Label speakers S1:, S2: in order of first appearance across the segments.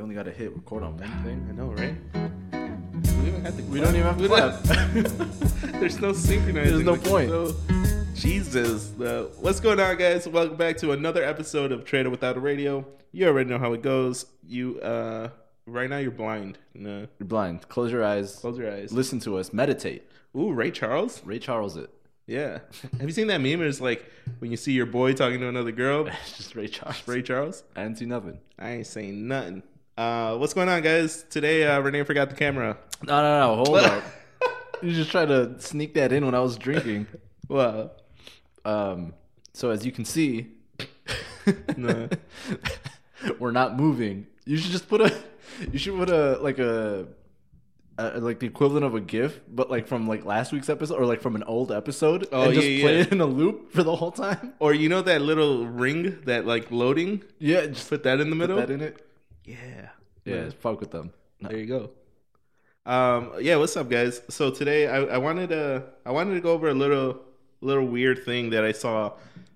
S1: only got to hit record on one thing.
S2: I know, right? We, even had to
S1: We don't even have to
S2: clap.
S1: clap.
S2: There's no
S1: There's
S2: synchronizing.
S1: no
S2: Like,
S1: point.
S2: so- Jesus. Uh, what's going on, guys? Welcome back to another episode of Trader Without a Radio. You already know how it goes. You, uh, right now you're blind. No.
S1: You're blind. Close your eyes.
S2: Close your eyes.
S1: Listen to us. Meditate.
S2: Ooh, Ray Charles?
S1: Ray Charles it.
S2: Yeah. Have you seen that meme? It's like when you see your boy talking to another girl.
S1: It's just Ray Charles.
S2: Ray Charles?
S1: I didn't see nothing.
S2: I ain't saying nothing. Uh, what's going on, guys? Today, uh, Renee forgot the camera.
S1: No, no, no. Hold up. You just tried to sneak that in when I was drinking.
S2: well,
S1: Um, so as you can see,
S2: No.
S1: we're not moving. You should just put a, you should put a like a, a, like the equivalent of a GIF, but like from like last week's episode or like from an old episode,
S2: Oh,
S1: and just
S2: yeah,
S1: play
S2: yeah.
S1: it in a loop for the whole time.
S2: Or you know that little ring that like loading?
S1: Yeah, just
S2: Put that in the
S1: put
S2: middle.
S1: that in it.
S2: Yeah.
S1: Yeah, fuck with them. No.
S2: There you go. Um yeah, what's up guys? So today I, I wanted to I wanted to go over a little little weird thing that I saw.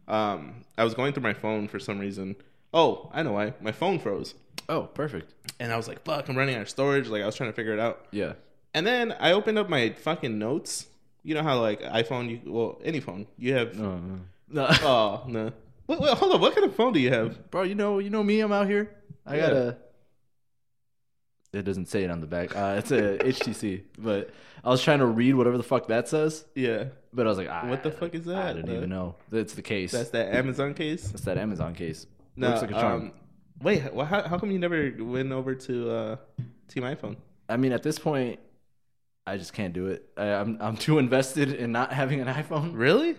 S2: Um I was going through my phone for some reason. Oh, I know why. My phone froze.
S1: Oh, perfect.
S2: And I was like, fuck, I'm running out of storage. Like I was trying to figure it out.
S1: Yeah,
S2: And then I opened up my fucking notes. You know how like iPhone you well, any phone. You have
S1: no, no. no.
S2: Oh no. Wait, wait, hold on, what kind of phone do you have?
S1: bro. You know, you know me. I'm out here. I
S2: Yeah.
S1: got a. It doesn't say it on the back. Uh, it's a HTC, but I was trying to read whatever the fuck that says.
S2: Yeah.
S1: But I was like, ah,
S2: What the fuck is
S1: I
S2: that?
S1: don't
S2: Uh,
S1: even know. That's the case.
S2: That's
S1: That's,
S2: that Amazon case.
S1: that Amazon case.
S2: No,
S1: Looks like a charm.
S2: um, wait, wh- how, how come you never went over to uh, Team iPhone?
S1: I mean, at this point, I just can't do it. I, I'm I'm too invested in not having an iPhone.
S2: Really?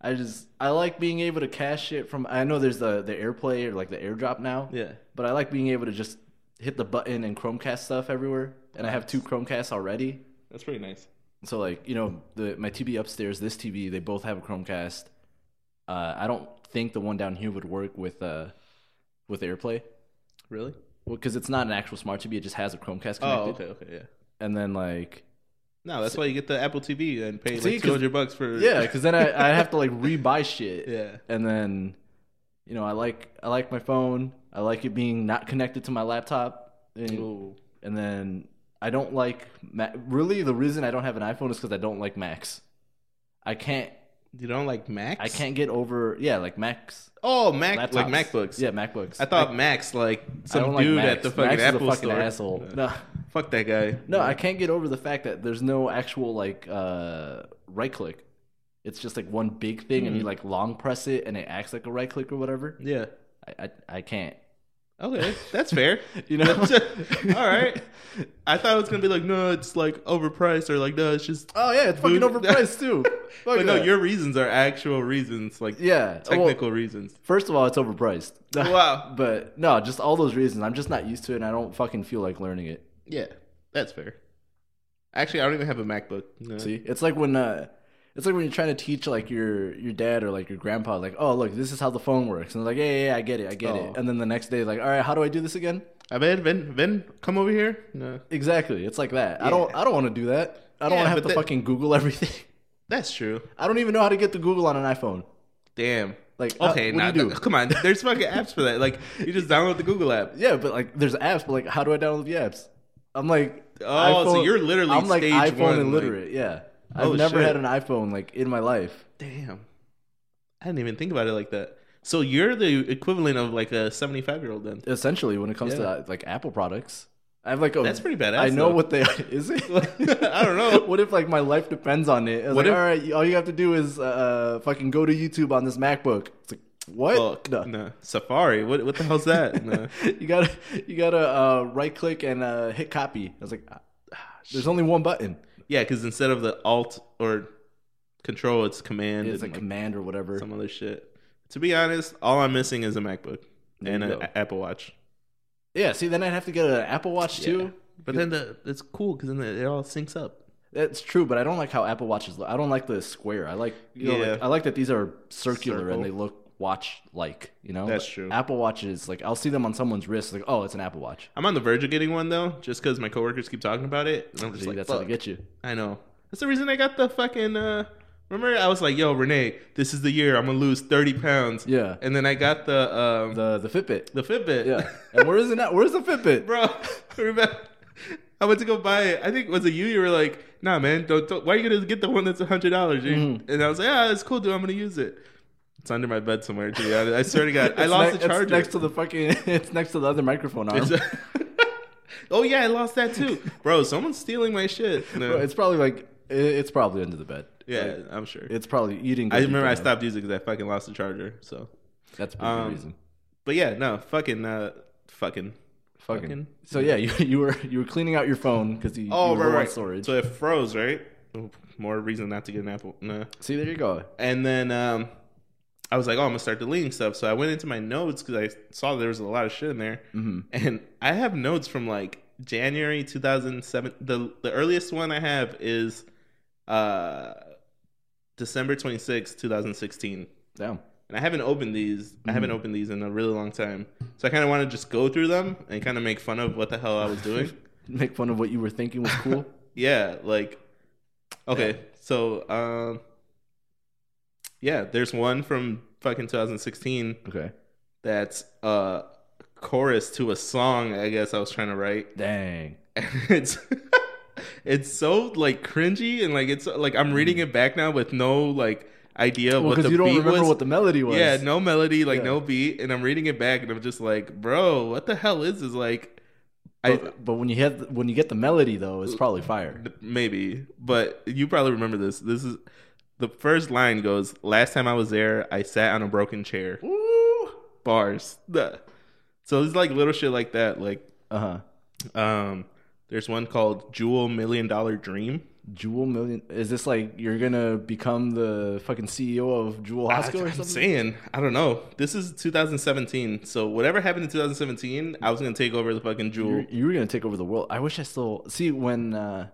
S1: I just I like being able to cash it from. I know there's the the AirPlay or like the AirDrop now.
S2: Yeah.
S1: But I like being able to just hit the button and Chromecast stuff everywhere. And I have two Chromecasts already.
S2: That's pretty nice.
S1: So like you know the my TV upstairs, this TV, they both have a Chromecast. Uh, I don't think the one down here would work with uh with AirPlay.
S2: Really?
S1: Well, because it's not an actual smart TV; it just has a Chromecast connected.
S2: Oh, okay, okay, yeah.
S1: And then like,
S2: No, that's why you get the Apple TV and pay
S1: See,
S2: like
S1: 'cause-
S2: two hundred bucks for
S1: yeah, because then I, I have to like rebuy shit.
S2: yeah.
S1: And then, you know, I like I like my phone. I like it being not connected to my laptop. And,
S2: Ooh.
S1: and then I don't like Ma- really the reason I don't have an iPhone is because I don't like Macs. I can't
S2: You don't like Macs?
S1: I can't get over yeah like Macs.
S2: Oh, Mac
S1: Laptops.
S2: like MacBooks.
S1: Yeah, MacBooks.
S2: I thought Max like some dude at the fucking
S1: Macs
S2: Apple
S1: is a fucking
S2: store.
S1: asshole.
S2: Yeah.
S1: No.
S2: Fuck that guy.
S1: No, I can't get over the fact that there's no actual like uh, right click. It's just like one big thing,
S2: Hmm.
S1: and you like long press it, and it acts like a right click or whatever.
S2: Yeah.
S1: I I, I can't.
S2: Okay, that's fair.
S1: You know?
S2: That's- all right. I thought it was gonna be like, no, it's like overpriced, or like, no, it's just
S1: Oh yeah, it's
S2: fucking
S1: fucking
S2: overpriced,
S1: overpriced too.
S2: but no, your reasons are actual reasons, like
S1: yeah
S2: technical reasons.
S1: first of all, it's overpriced.
S2: Wow.
S1: but no, just all those reasons. I'm just not used to it, and I don't fucking feel like learning it.
S2: Yeah, that's fair. Actually, I don't even have a MacBook. No.
S1: See, it's like when uh, it's like when you're trying to teach like your your dad or like your grandpa, like, oh look, this is how the phone works, and they're like, yeah, yeah, yeah, I get it, I get
S2: Oh.
S1: it, and then the next day, like, all right, how do I do this again?
S2: I bet Vin, Vin, come over here. No,
S1: Exactly, it's like that. I don't, I don't want to do that. I don't
S2: Yeah,
S1: want to have
S2: but
S1: to
S2: that-
S1: fucking Google everything.
S2: that's true.
S1: I don't even know how to get to Google on an iPhone.
S2: Damn.
S1: Like, uh,
S2: okay,
S1: what do
S2: now
S1: you do?
S2: come on. There's fucking apps for that. Like, you just download the Google app.
S1: Yeah, but like, there's apps, but like, how do I download the apps? I'm like,
S2: Oh, so you're literally
S1: I'm like
S2: stage
S1: iPhone
S2: one, like-
S1: illiterate. yeah,
S2: Oh,
S1: I've never
S2: shit.
S1: had an iPhone like in my life.
S2: Damn, I didn't even think about it like that. So you're the equivalent of like a 75 year old then.
S1: Essentially, when it comes
S2: Yeah.
S1: to like Apple products, I have like a,
S2: That's pretty badass.
S1: I know
S2: though.
S1: what they is it.
S2: I don't know.
S1: What if like my life depends on it? It's
S2: What
S1: like,
S2: if-
S1: all right, all you have to do is uh, fucking go to YouTube on this MacBook. It's like what?
S2: Fuck,
S1: No.
S2: no. Safari. What what the hell's that? No.
S1: you gotta you gotta uh, right click and uh, hit copy. I was like, ah, there's only one button.
S2: Yeah, because instead of the alt or control, it's command
S1: It's a
S2: and like
S1: command or whatever.
S2: some other shit. To be honest, all I'm missing is a MacBook
S1: There
S2: and
S1: you
S2: an
S1: go.
S2: Apple Watch.
S1: Yeah. See, then I'd have to get an Apple Watch too.
S2: But then the it's cool because then it all syncs up.
S1: That's true, but I don't like how Apple Watches look. I don't like the square. I like, you know,
S2: Yeah.
S1: like I like that these are circular
S2: Circle.
S1: and they look watch like. You know,
S2: That's
S1: But
S2: true.
S1: Apple Watches, like I'll see them on someone's wrist, like oh, it's an Apple Watch.
S2: I'm on the verge of getting one though, just because my coworkers keep talking about it, and I'm just
S1: See,
S2: like,
S1: that's how
S2: Fuck.
S1: they get you.
S2: I know. That's the reason I got the fucking uh, Remember, I was like, "Yo, Renee, this is the year I'm gonna lose 30 pounds."
S1: Yeah.
S2: And then I got the um,
S1: The the Fitbit.
S2: the Fitbit.
S1: Yeah. And where is it now? Where's the Fitbit?
S2: bro. Remember, I went to go buy it. I think was it you? You were like, "Nah, man, don't. don't why are you gonna get the one that's hundred dollars?"
S1: Mm-hmm.
S2: And I was like, "Yeah, it's cool, dude. I'm gonna use it." It's under my bed somewhere. To be honest, I swear to God, I
S1: It's
S2: lost
S1: ne-
S2: the charger.
S1: It's next to the fucking. It's next to the other microphone arm. It's,
S2: It's- oh yeah, I lost that too, bro. Someone's stealing my shit. No.
S1: it's probably like. it- It's probably under the bed.
S2: yeah,
S1: Like,
S2: I'm sure.
S1: it's probably eating.
S2: I remember I stopped using because I fucking lost the charger. So,
S1: That's a pretty good
S2: um,
S1: reason.
S2: but yeah, no, fucking, uh, fucking.
S1: Fucking.
S2: fucking-
S1: So yeah, you, you were you were cleaning out your phone because you,
S2: Oh
S1: you were
S2: right,
S1: low on
S2: right.
S1: storage.
S2: So it froze, right? More reason not to get an Apple. Nah.
S1: See, there you go.
S2: And then um, I was like, oh, I'm gonna start deleting stuff. So I went into my notes because I saw there was a lot of shit in there,
S1: Mhm.
S2: and I have notes from like January 2007. The the earliest one I have is uh, December 26, 2016,
S1: Damn.
S2: and I haven't opened these. I haven't opened these in a really long time. So I kind of want to just go through them and kind of make fun of what the hell I was doing.
S1: Make fun of what you were thinking was cool.
S2: yeah, like okay, so um, yeah, there's one from fucking 2016
S1: okay.
S2: that's a chorus to a song I guess I was trying to write.
S1: Dang.
S2: And it's it's so like cringy and like it's like I'm reading it back now with no like idea of
S1: Mm. Well,
S2: what the
S1: because you don't
S2: beat
S1: remember
S2: was.
S1: what the melody was.
S2: Yeah, no melody, like
S1: Yeah.
S2: no beat, and I'm reading it back and I'm just like, bro, what the hell is this like? I
S1: But, but when you have when you get the melody though, it's probably fire.
S2: Maybe, but you probably remember this. This is the first line goes, "Last time I was there, I sat on a broken chair."
S1: Woo.
S2: Bars. Duh. So it's like little shit like that. Like,
S1: Uh huh.
S2: um, there's one called "Jewel Million Dollar Dream."
S1: Jewel Million. Is this like you're gonna become the fucking CEO of Jewel
S2: I,
S1: Osco or
S2: Ah, I'm
S1: something?
S2: saying, I don't know. This is 2017, so whatever happened in 2017, I was gonna take over the fucking
S1: You
S2: jewel.
S1: were- you were gonna take over the world. I wish I still see when uh,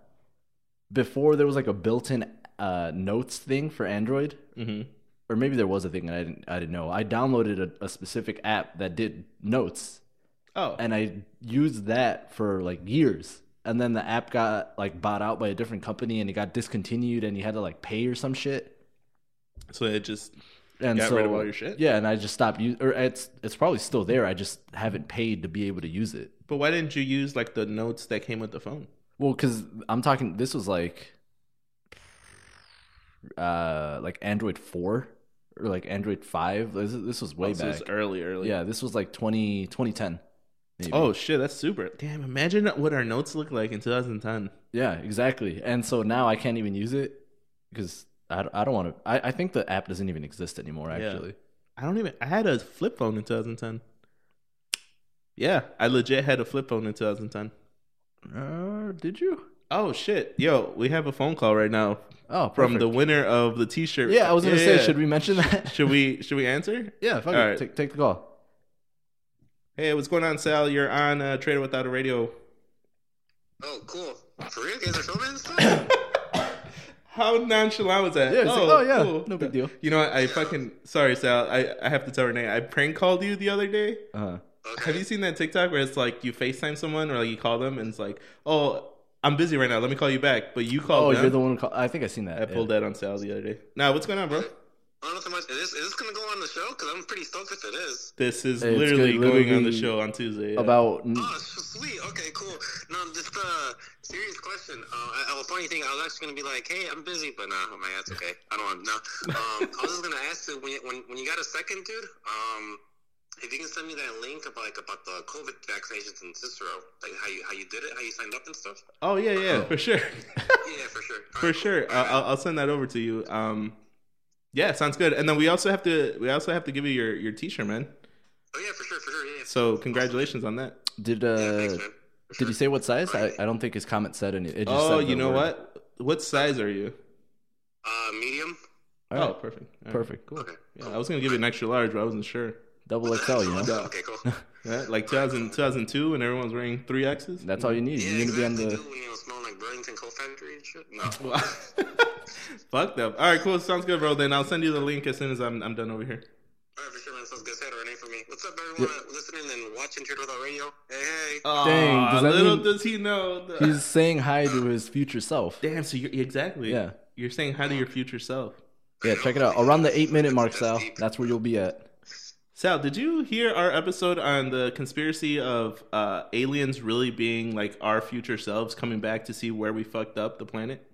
S1: before there was like a built-in uh, notes thing for Android,
S2: hmm
S1: or maybe there was a thing and I didn't I didn't know. I downloaded a, a specific app that did notes,
S2: Oh,
S1: and I used that for like years. And then the app got like bought out by a different company, and it got discontinued, and you had to like pay or some shit.
S2: so it just
S1: and
S2: Got
S1: so
S2: rid of all your shit?
S1: yeah and i just stopped using or it's it's probably still there i just haven't paid to be able to use it
S2: But why didn't you use like the notes that came with the phone?
S1: well because i'm talking this was like uh like android 4 or like android 5 this, this was way
S2: Oh, so
S1: back
S2: it's early, early.
S1: yeah this was like 20 2010 maybe.
S2: Oh shit, that's super. Damn, imagine what our notes look like in 2010.
S1: yeah exactly and so now i can't even use it because i, don't- I don't want to I, I think the app doesn't even exist anymore
S2: Yeah.
S1: actually
S2: I don't even I had a flip phone in 2010. Yeah, I legit had a flip phone in 2010.
S1: uh, did you
S2: Oh shit. Yo, we have a phone call right now
S1: oh
S2: from
S1: perfect.
S2: the winner of the t-shirt.
S1: yeah i was gonna say
S2: yeah.
S1: should we mention that
S2: should we should we answer?
S1: yeah fuck it.
S2: All right.
S1: take, take the call
S2: Hey, what's going on, Sal? You're on uh, Trader Without a Radio.
S3: Oh, cool. For real, you guys are filming and stuff?
S2: How nonchalant was that?
S1: Yeah, it's like, oh, yeah, no big deal.
S2: You know what? I fucking sorry, Sal. I, I have to tell Renee. I prank called you the other day.
S1: uh
S3: Okay.
S2: Have you seen that TikTok where it's like you FaceTime someone or like you call them and it's like, oh, I'm busy right now. Let me call you back. But you
S1: Oh,
S2: called them.
S1: you're the one who called. I think I seen that.
S2: I pulled that on sale the other day. Now, what's going on, bro?
S3: I don't know so much. Is this, is this going to go on the show? Because I'm pretty stoked if it is.
S2: This is
S1: It's
S2: literally,
S1: good,
S2: going on the
S1: literally
S2: show on Tuesday. yeah.
S1: About n-
S3: Oh, s- sweet. Okay, cool. No, just a uh, serious question. Uh, I, I, a funny thing, I was actually going to be like, hey, I'm busy, but nah, oh my that's okay. I don't want to. No. Um, I was just going to ask you, when, you- when, when you got a second, dude, um, if you can send me that link about, like, about the COVID vaccinations in Cicero, like how you, how you did it, how you signed up and stuff.
S2: Oh yeah, yeah, for sure,
S3: Yeah, for sure. All
S2: for
S3: right, cool.
S2: sure. I- I'll, I'll send that over to you. Um, yeah, sounds good. And then we also have to we also have to give you your your T-shirt, man.
S3: Oh, yeah, for sure, for sure. Yeah, yeah.
S2: So congratulations on that.
S1: did
S3: Yeah,
S1: uh
S3: thanks, man. For
S1: did he
S3: sure.
S1: say what size? I, I don't think his comment said any. It just
S2: Oh,
S1: said
S2: you
S1: the
S2: know
S1: word.
S2: what? What size are you?
S3: Uh, medium?
S1: All
S2: Oh,
S1: right,
S2: perfect. All right.
S1: perfect.
S2: Cool.
S3: Okay.
S2: Yeah, I was gonna give you an extra large, but I wasn't sure.
S1: Double XL. You know,
S3: Okay, cool.
S2: Yeah, like 2000, 2002 when everyone's wearing three X's.
S1: that's all you need.
S3: Yeah,
S1: you need to be on the.
S3: exactly, dude, when you know, smelling like Burlington Coal Factory and shit. No.
S2: Fucked up. All right, cool. Sounds good, bro. Then I'll send you the link as soon as I'm I'm done over here.
S3: Alright, for sure, man. Sounds good. Say it or anything for me. What's up, everyone listening and watching Truth Without Radio? Hey, hey.
S2: Oh,
S1: Dang, does that
S2: little
S1: mean-
S2: does he know.
S1: He's saying hi to his future self.
S2: Damn. So you're exactly.
S1: Yeah.
S2: You're saying hi to your future self.
S1: Yeah,
S3: I
S1: check it
S3: know.
S1: out. Around the eight minute mark,
S3: That's
S1: Sal.
S3: deep.
S1: That's where you'll be at.
S2: Sal, did you hear our episode on the conspiracy of uh, aliens really being like our future selves coming back to see where we fucked up the planet?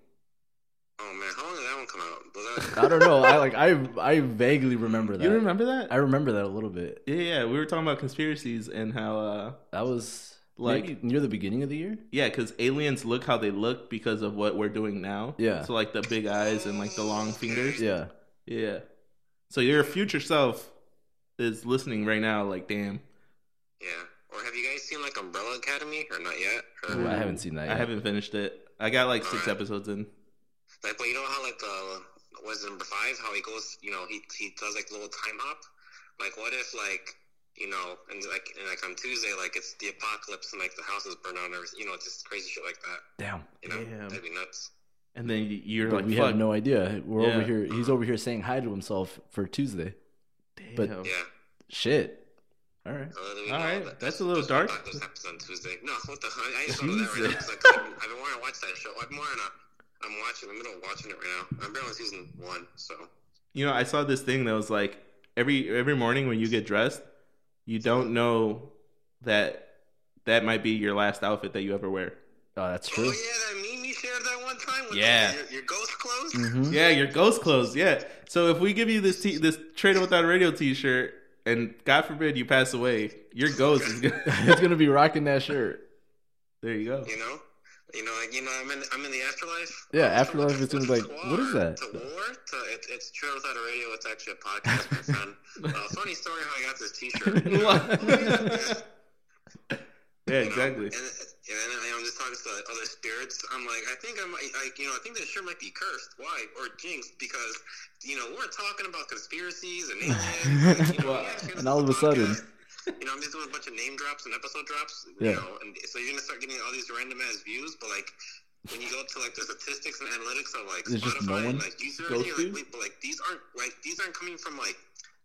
S3: Oh man, how long did that one come out? Was that
S1: I don't know. I like I I vaguely remember that.
S2: You remember that?
S1: I remember that a little bit.
S2: yeah, yeah. We were talking about conspiracies and how, uh,
S1: That was
S2: Like-
S1: like near the beginning of the year.
S2: yeah, because aliens look how they look because of what we're doing now.
S1: Yeah.
S2: So like the big eyes and like the long fingers.
S1: Yeah.
S2: Yeah. So your future self is listening right now. Like,
S1: Uh,
S2: damn,
S3: yeah? Or have you guys seen like Umbrella Academy or not yet? Or,
S1: Ooh, I haven't seen that.
S2: I
S1: yet.
S2: haven't finished it. I got like six
S3: Alright.
S2: episodes in.
S3: Like, but you know how like the was it number five? How he goes, you know, he he does like a little time hop. Like, what if like you know, and like and like on Tuesday, like it's the apocalypse and like the house is burned down, or you know, just crazy shit like that.
S1: Damn.
S3: You know,
S2: Damn.
S3: that'd be nuts.
S2: And then y- you're
S1: But
S2: like,
S1: we
S2: fuck.
S1: have no idea. We're over
S2: Yeah.
S1: here. He's over here saying hi to himself for Tuesday.
S2: damn.
S1: but-
S3: Yeah.
S1: Shit. All right.
S3: Uh, we
S2: All
S3: know
S2: right,
S3: that-
S2: that's a little
S3: what
S2: dark.
S3: Apocalypse happens on Tuesday. No, what the hell? I just thought of that right now
S2: Jesus.
S3: 'cause I- 'cause I've been- I've been wanting to watch that show. I'm more on a. I'm watching. I'm in the middle of watching it right now. I'm barely on season one, so.
S2: You know, I saw this thing that was like every every morning when you get dressed, you don't know that that might be your last outfit that you ever wear.
S1: Oh, that's
S3: Oh
S1: true.
S3: yeah, that meme you shared that one time with
S2: Yeah.
S3: the, your, your ghost clothes.
S1: Mhm.
S2: Yeah, your ghost clothes. Yeah. So if we give you this t- this Trader Without a Radio T-shirt, and God forbid you pass away, your ghost is gonna.
S1: He's gonna be rocking that shirt.
S2: there you go.
S3: You know, you know, like, you know. I'm in. I'm in the afterlife.
S1: Yeah,
S3: Um, so
S1: afterlife is gonna be
S3: what's-
S1: like,
S3: what's
S1: what is
S3: war?
S1: that?
S3: To war? To, it, it's true without a radio. It's actually a podcast, my friend. Uh, funny story how I got this T-shirt. Oh, you know?
S2: What? yeah,
S3: You know,
S2: exactly.
S3: And, and then I- I'm just talking to the other spirits. I'm like, I think I might, like, you know, I think this sure might be cursed. Why? Or jinxed? Because, you know, we're talking about conspiracies and aliens. and, you know,
S2: Wow.
S3: yeah, sure, this
S1: And all
S3: is
S1: of a sudden-
S3: podcast. You know, I'm just doing a bunch of name drops and episode drops.
S1: Yeah.
S3: You know, and so you're going to start getting all these random ass views, but, like, when you go to like the statistics and analytics of like
S1: There's just no
S3: Spotify
S1: one
S3: and like user,
S2: goes
S3: you're
S2: to?
S3: like, wait, but like these aren't like these aren't coming from like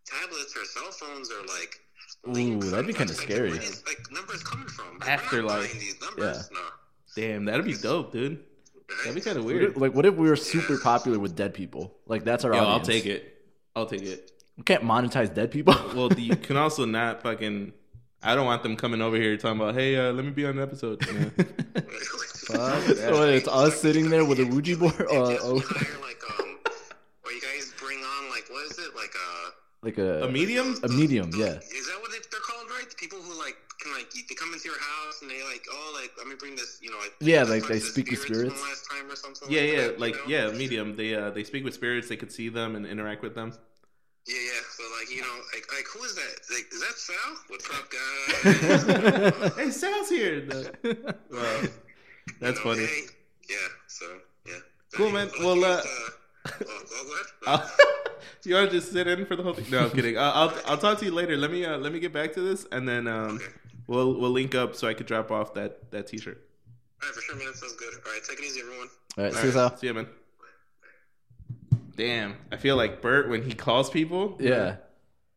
S3: tablets or cell phones or like
S1: Ooh,
S3: links
S1: that'd
S3: on
S1: be kinda
S3: websites.
S1: scary.
S3: Where these, like numbers coming from? Like,
S2: Afterlife.
S3: we're not buying These numbers, no.
S2: Damn, that'd be dope, dude.
S3: Right?
S2: That'd be kind of
S1: What if-
S2: weird.
S1: like, what if we were super popular with dead people? Like, that's our
S2: Yo, I'll
S1: audience.
S2: take it. I'll take it.
S1: We can't monetize dead people.
S2: Well, you can also not fucking. I don't want them coming over here talking about, hey, uh, let me be on an episode. man.
S1: So what, it's us sitting there with a Ouija board,
S3: If
S1: uh,
S3: you
S1: oh,
S3: hire, like, um, or you guys bring on like what is it like uh,
S1: like a,
S2: a medium?
S1: a medium,
S3: those-
S1: yeah.
S3: Is that what they- they're called, right? The people who like can like they come into your house and they like oh like let me bring this you know like,
S1: Yeah,
S3: I
S1: like,
S3: talked
S1: they
S3: to the
S1: speak to
S3: from last time or something.
S2: Yeah,
S3: like
S2: yeah,
S3: that,
S2: like
S3: you know?
S2: yeah, medium. They uh, they speak with spirits. They could see them and interact with them.
S3: Yeah, yeah. So like you know, like, like who is that? Like is that Sal? What's up, guys?
S2: hey, Sal's here. The- Wow. that's
S3: You know,
S2: funny.
S3: hey. Yeah. So yeah.
S2: Cool, man.
S3: Well,
S2: Well,
S3: you
S2: uh,
S3: guys, oh, oh, go ahead.
S2: I'll- you want to just sit in for the whole thing? No, I'm kidding. Uh, I'll I'll talk to you later. Let me uh, let me get back to this, and then um,
S3: Okay.
S2: we'll we'll link up so I could drop off that that T-shirt.
S3: All right, for sure, man. Sounds good. All right, take it easy, everyone.
S1: All right,
S2: All
S1: see you,
S2: right,
S1: Sal.
S2: See ya, man. Damn, I feel like Bert when he calls people.
S1: Yeah.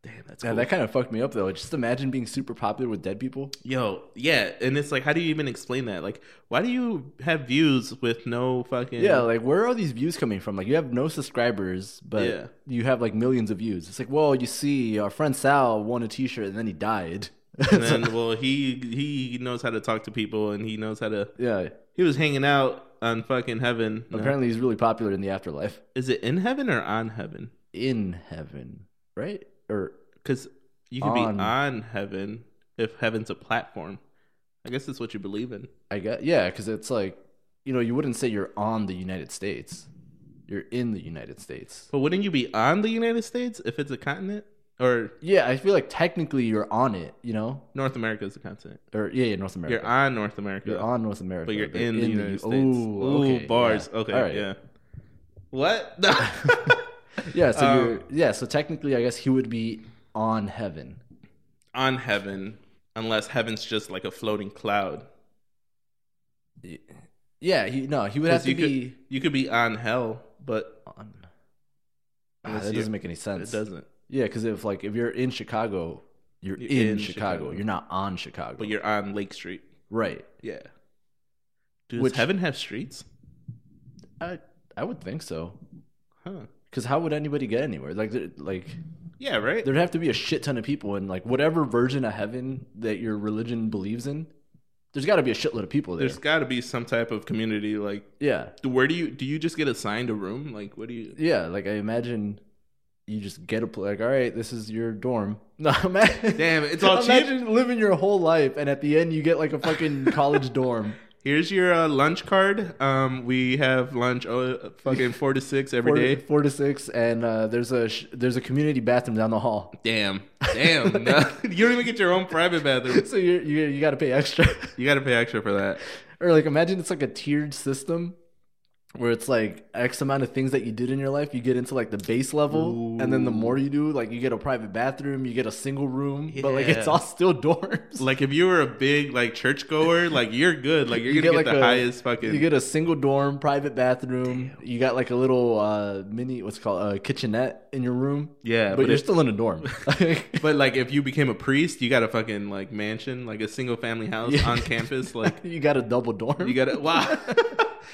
S2: Damn, that's
S1: Yeah,
S2: cool.
S1: that kind of fucked me up though. Just imagine being super popular with dead people.
S2: Yo, yeah, and it's like, how do you even explain that? Like, why do you have views with no fucking?
S1: Yeah, like where are all these views coming from? Like you have no subscribers, but
S2: Yeah.
S1: you have like millions of views. It's like, well, you see, our friend Sal won a T-shirt and then he died.
S2: and then well, he he knows how to talk to people, and he knows how to.
S1: yeah,
S2: He was hanging out on fucking heaven. No.
S1: apparently he's really popular in the afterlife,
S2: is it in heaven or on heaven?
S1: in heaven, right? Or
S2: Because you could
S1: On.
S2: be on heaven if heaven's a platform. I guess it's what you believe in.
S1: I guess yeah, because it's like you know you wouldn't say you're on the United States, you're in the United States.
S2: But wouldn't you be on the United States if it's a continent? Or
S1: Yeah, I feel like technically you're on it, you know,
S2: North America is a continent.
S1: or yeah, yeah North America.
S2: You're on North America.
S1: You're on North America,
S2: but you're
S1: but
S2: in, the United States.
S1: Ooh,
S2: Ooh,
S1: okay,
S2: bars.
S1: yeah.
S2: Okay,
S1: All right.
S2: yeah. What?
S1: Yeah, so
S2: Um,
S1: you're, yeah, so technically, I guess he would be on heaven.
S2: on heaven, unless heaven's just like a floating cloud.
S1: Yeah, he no, he would have
S2: 'Cause
S1: to
S2: you
S1: be
S2: could you could be on hell, but
S1: on. Ah,
S2: Unless
S1: that
S2: you-
S1: doesn't make any
S2: it
S1: sense.
S2: doesn't.
S1: Yeah, because if like if you're in Chicago, you're,
S2: You're
S1: in,
S2: in
S1: Chicago.
S2: Chicago.
S1: You're not on Chicago.
S2: But you're on Lake Street.
S1: right.
S2: Yeah. Does
S1: Which-
S2: heaven have streets?
S1: I I would think so.
S2: Huh.
S1: Because how would anybody get anywhere? Like, there- like
S2: Yeah, right.
S1: there'd have to be a shit ton of people, and like whatever version of heaven that your religion believes in, there's got to be a shitload of people there.
S2: There's got to be some type of community. Like,
S1: yeah,
S2: where do you do you just get assigned a room? Like, what do you?
S1: yeah. Like I imagine, you just get a pla like, all right, this is your dorm. No, imagine,
S2: Damn, it's all cheap.
S1: Imagine living your whole life, and at the end you get like a fucking college dorm.
S2: Here's your uh, lunch card. Um, we have lunch oh, fucking four to six every
S1: four,
S2: day.
S1: four to six, and uh, there's a sh- there's a community bathroom down the hall.
S2: Damn, damn. no. you don't even get your own private bathroom.
S1: So you're, you you got to pay extra,
S2: You got to pay extra for that.
S1: or like imagine it's like a tiered system, where it's like X amount of things that you did in your life, you get into like the base level, and then the
S2: Ooh.
S1: more you do, like you get a private bathroom, you get a single room, but like it's
S2: Yeah.
S1: all still dorms.
S2: Like, if you were a big like churchgoer, like you're good. Like you're
S1: You
S2: gonna get,
S1: get, like,
S2: the
S1: a-
S2: highest fucking.
S1: You get a single dorm, private bathroom. You got like a little uh, mini, what's it called a kitchenette in your room,
S2: yeah,
S1: but,
S2: but
S1: you're
S2: if-
S1: still in a dorm.
S2: But like, if you became a priest, you got a fucking like mansion, like a single family house
S1: Yeah.
S2: on campus. Like,
S1: you got a double dorm.
S2: you got to wow.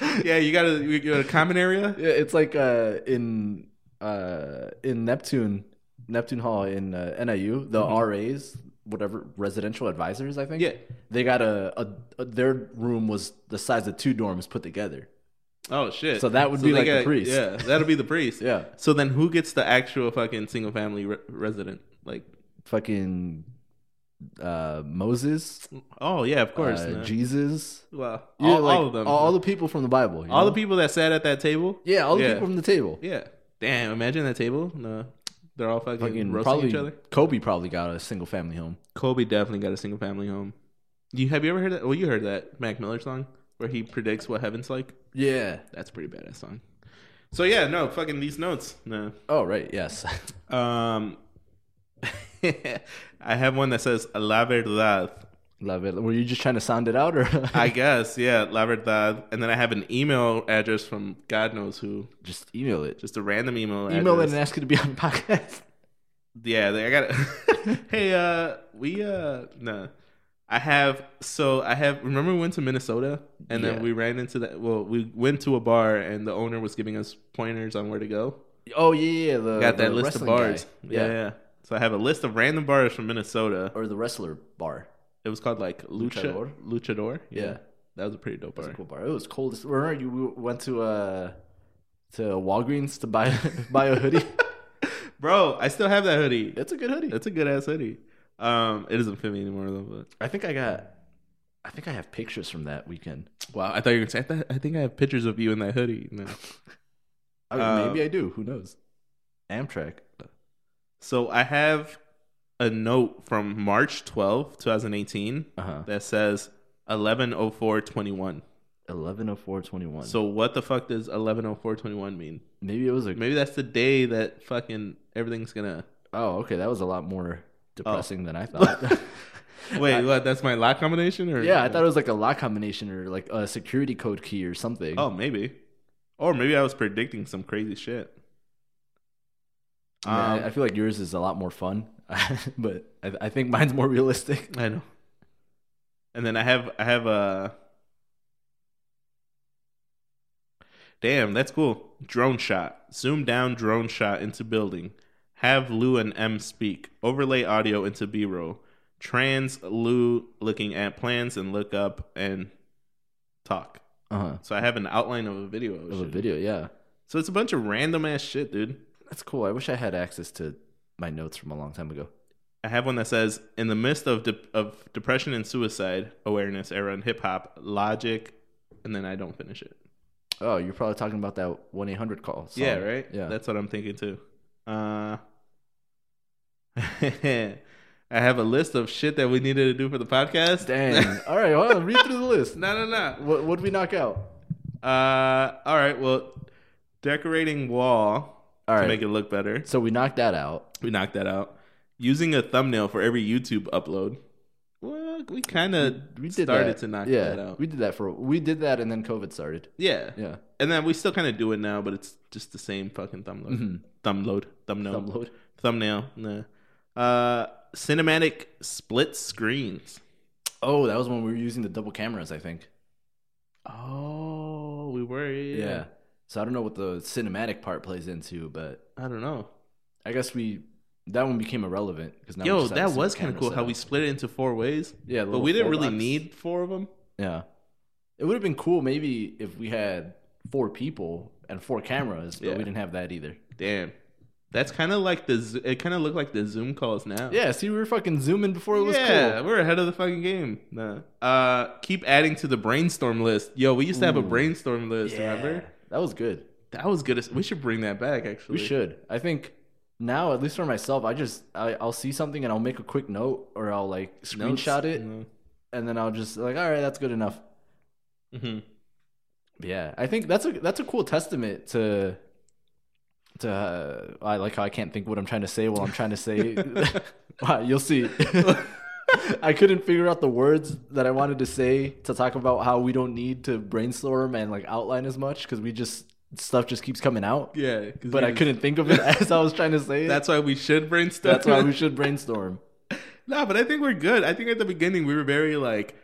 S2: yeah, you got to you got a common area.
S1: Yeah, it's like uh, in uh, in Neptune, Neptune Hall in uh, NIU, the RAs, whatever residential advisors, I think.
S2: Mm-hmm. Yeah.
S1: they got a, a, a their room was the size of two dorms put together.
S2: Oh shit.
S1: So that would be
S2: they
S1: like the priest.
S2: Yeah, that'll be the priest.
S1: Yeah,
S2: So then, who gets the actual fucking single family re- resident? Like,
S1: fucking uh, Moses, of
S2: oh yeah, of course.
S1: uh,
S2: man.
S1: Jesus,
S2: well,
S1: Yeah,
S2: all, all
S1: like,
S2: of them.
S1: all, all the people from the Bible, you
S2: All the
S1: know?
S2: people that sat at that table.
S1: Yeah, all the
S2: Yeah.
S1: people from the table.
S2: Yeah. Damn. Imagine that table. No, they're all fucking,
S1: Fucking
S2: roasting
S1: probably
S2: each other.
S1: Kobe probably got a single family home.
S2: Kobe definitely got a single family home. You have you ever heard that? Well, you heard that Mac Miller song where he predicts what heaven's like.
S1: Yeah.
S2: That's a pretty badass song. So yeah, no fucking these notes. No.
S1: Oh right. Yes.
S2: Um, I have one that says la verdad.
S1: Love it. Were you just trying to sound it out, or
S2: I guess yeah, la verdad. And then I have an email address from God knows who,
S1: just email it?
S2: just a random email.
S1: email it
S2: address.
S1: and ask it to be on the podcast.
S2: Yeah, they- I got it. hey, uh, we uh, no, I have. So I have. Remember, we went to Minnesota, and
S1: Yeah.
S2: then we ran into that. Well, we went to a bar, and the owner was giving us pointers on where to go.
S1: Oh yeah, yeah. yeah, The,
S2: got that
S1: the
S2: list of
S1: wrestling
S2: bars.
S1: guy.
S2: Yeah. yeah, So I have a list of random bars from Minnesota.
S1: Or the wrestler bar.
S2: It was called like Lucha
S1: Luchador?
S2: Luchador. Luchador.
S1: Yeah.
S2: that was a pretty
S1: It
S2: dope
S1: was
S2: bar.
S1: a cool bar. It was cold. as- Remember you we went to uh to Walgreens to buy buy a hoodie.
S2: Bro, I still have that hoodie.
S1: That's a good hoodie.
S2: It's a good ass hoodie. Um, it doesn't fit me anymore though.
S1: I think I got. I think I have pictures from that weekend.
S2: But wow, I thought you were gonna say. I, thought, I think I have pictures of you in that hoodie. No.
S1: I mean,
S2: Uh,
S1: maybe I do. Who knows? Amtrak.
S2: So I have a note from March 12, 2018
S1: Uh huh.
S2: that says 110421.
S1: Eleven oh four twenty one. So
S2: So what the fuck does 110421 mean?
S1: maybe it was a.
S2: Maybe that's the day that fucking everything's gonna
S1: Oh, okay. That was a lot more
S2: Oh.
S1: depressing than I thought.
S2: Wait,
S1: I-
S2: what? That's my lock combination or
S1: yeah, I thought it was like a lock combination or like a security code key or something.
S2: Oh, maybe. Or maybe I was predicting some crazy shit.
S1: I, mean,
S2: Um,
S1: I, I feel like yours is a lot more fun, but I, I think mine's more realistic.
S2: I know. And then I have I have uh, a Damn, that's cool. Drone shot. Zoom down drone shot into building. Have Lou and M speak. Overlay audio into B roll. Trans Lou looking at plans and look up and talk.
S1: Uh huh.
S2: So I have an outline of a video. Of
S1: Of a
S2: Uh-huh. shit.
S1: video, yeah.
S2: So it's a bunch of random ass shit, dude.
S1: That's cool. I wish I had access to my notes from a long time ago.
S2: I have one that says, "In the midst of de- of depression and suicide awareness era in hip hop, logic," and then I don't finish it.
S1: Oh, you're probably talking about that one eight hundred call. song.
S2: Yeah, right.
S1: Yeah.
S2: that's what I'm thinking too. Uh, I have a list of shit that we needed to do for the podcast.
S1: Dang. All right. Well, read through the list.
S2: no, no, no.
S1: What would we knock out?
S2: Uh, all right. Well, decorating wall
S1: All
S2: to
S1: right.
S2: make it look better.
S1: so we knocked that out.
S2: We knocked that out. Using a thumbnail for every YouTube upload. Well, we kind of
S1: We did
S2: Uh, started
S1: that.
S2: to knock
S1: yeah,
S2: that out.
S1: we did that for we did that, and then COVID started.
S2: yeah.
S1: Yeah.
S2: and then we still kind of do it now, but it's just the same fucking thumbload,
S1: Mhm.
S2: thumbload, thumbnail,
S1: Thumbload.
S2: thumbnail. Nah. Uh, cinematic split screens.
S1: Oh, that was when we were using the double cameras. I think.
S2: Oh, we were
S1: Yeah. So I don't know what the cinematic part plays into, but
S2: I don't know.
S1: I guess we that one became irrelevant because
S2: Yo, that was kind of cool how we split it into four ways,
S1: yeah, the
S2: but
S1: little
S2: we didn't
S1: four
S2: really
S1: box.
S2: need four of them.
S1: yeah. It would have been cool maybe if we had four people and four cameras, but
S2: Yeah.
S1: we didn't have that either.
S2: Damn, that's kind of like the. Zo- It kind of looked like the Zoom calls now.
S1: Yeah, see, we were fucking zooming before it was
S2: yeah,
S1: cool.
S2: we're ahead of the fucking game. Nah. Uh, keep adding to the brainstorm list. Yo, we used to have a
S1: Ooh.
S2: brainstorm list. Remember?
S1: that was good.
S2: That was good. As- we should bring that back. Actually,
S1: We should. I think now, at least for myself, I just I, I'll see something and I'll make a quick note or I'll like
S2: Notes.
S1: screenshot it
S2: No.
S1: and then I'll just like, all right, that's good enough.
S2: Mhm.
S1: Mm-hmm. Yeah, I think that's a that's a cool testament to to uh, I like how I can't think what I'm trying to say while I'm trying to say. wow, you'll see. I couldn't figure out the words that I wanted to say to talk about how we don't need to brainstorm and like outline as much because we just stuff just keeps coming out.
S2: Yeah, 'cause
S1: But
S2: we
S1: I
S2: just-
S1: couldn't think of it as I was trying to say it.
S2: That's why we should brainstorm.
S1: that's why we should brainstorm.
S2: Nah, but I think we're good. I think at the beginning we were very like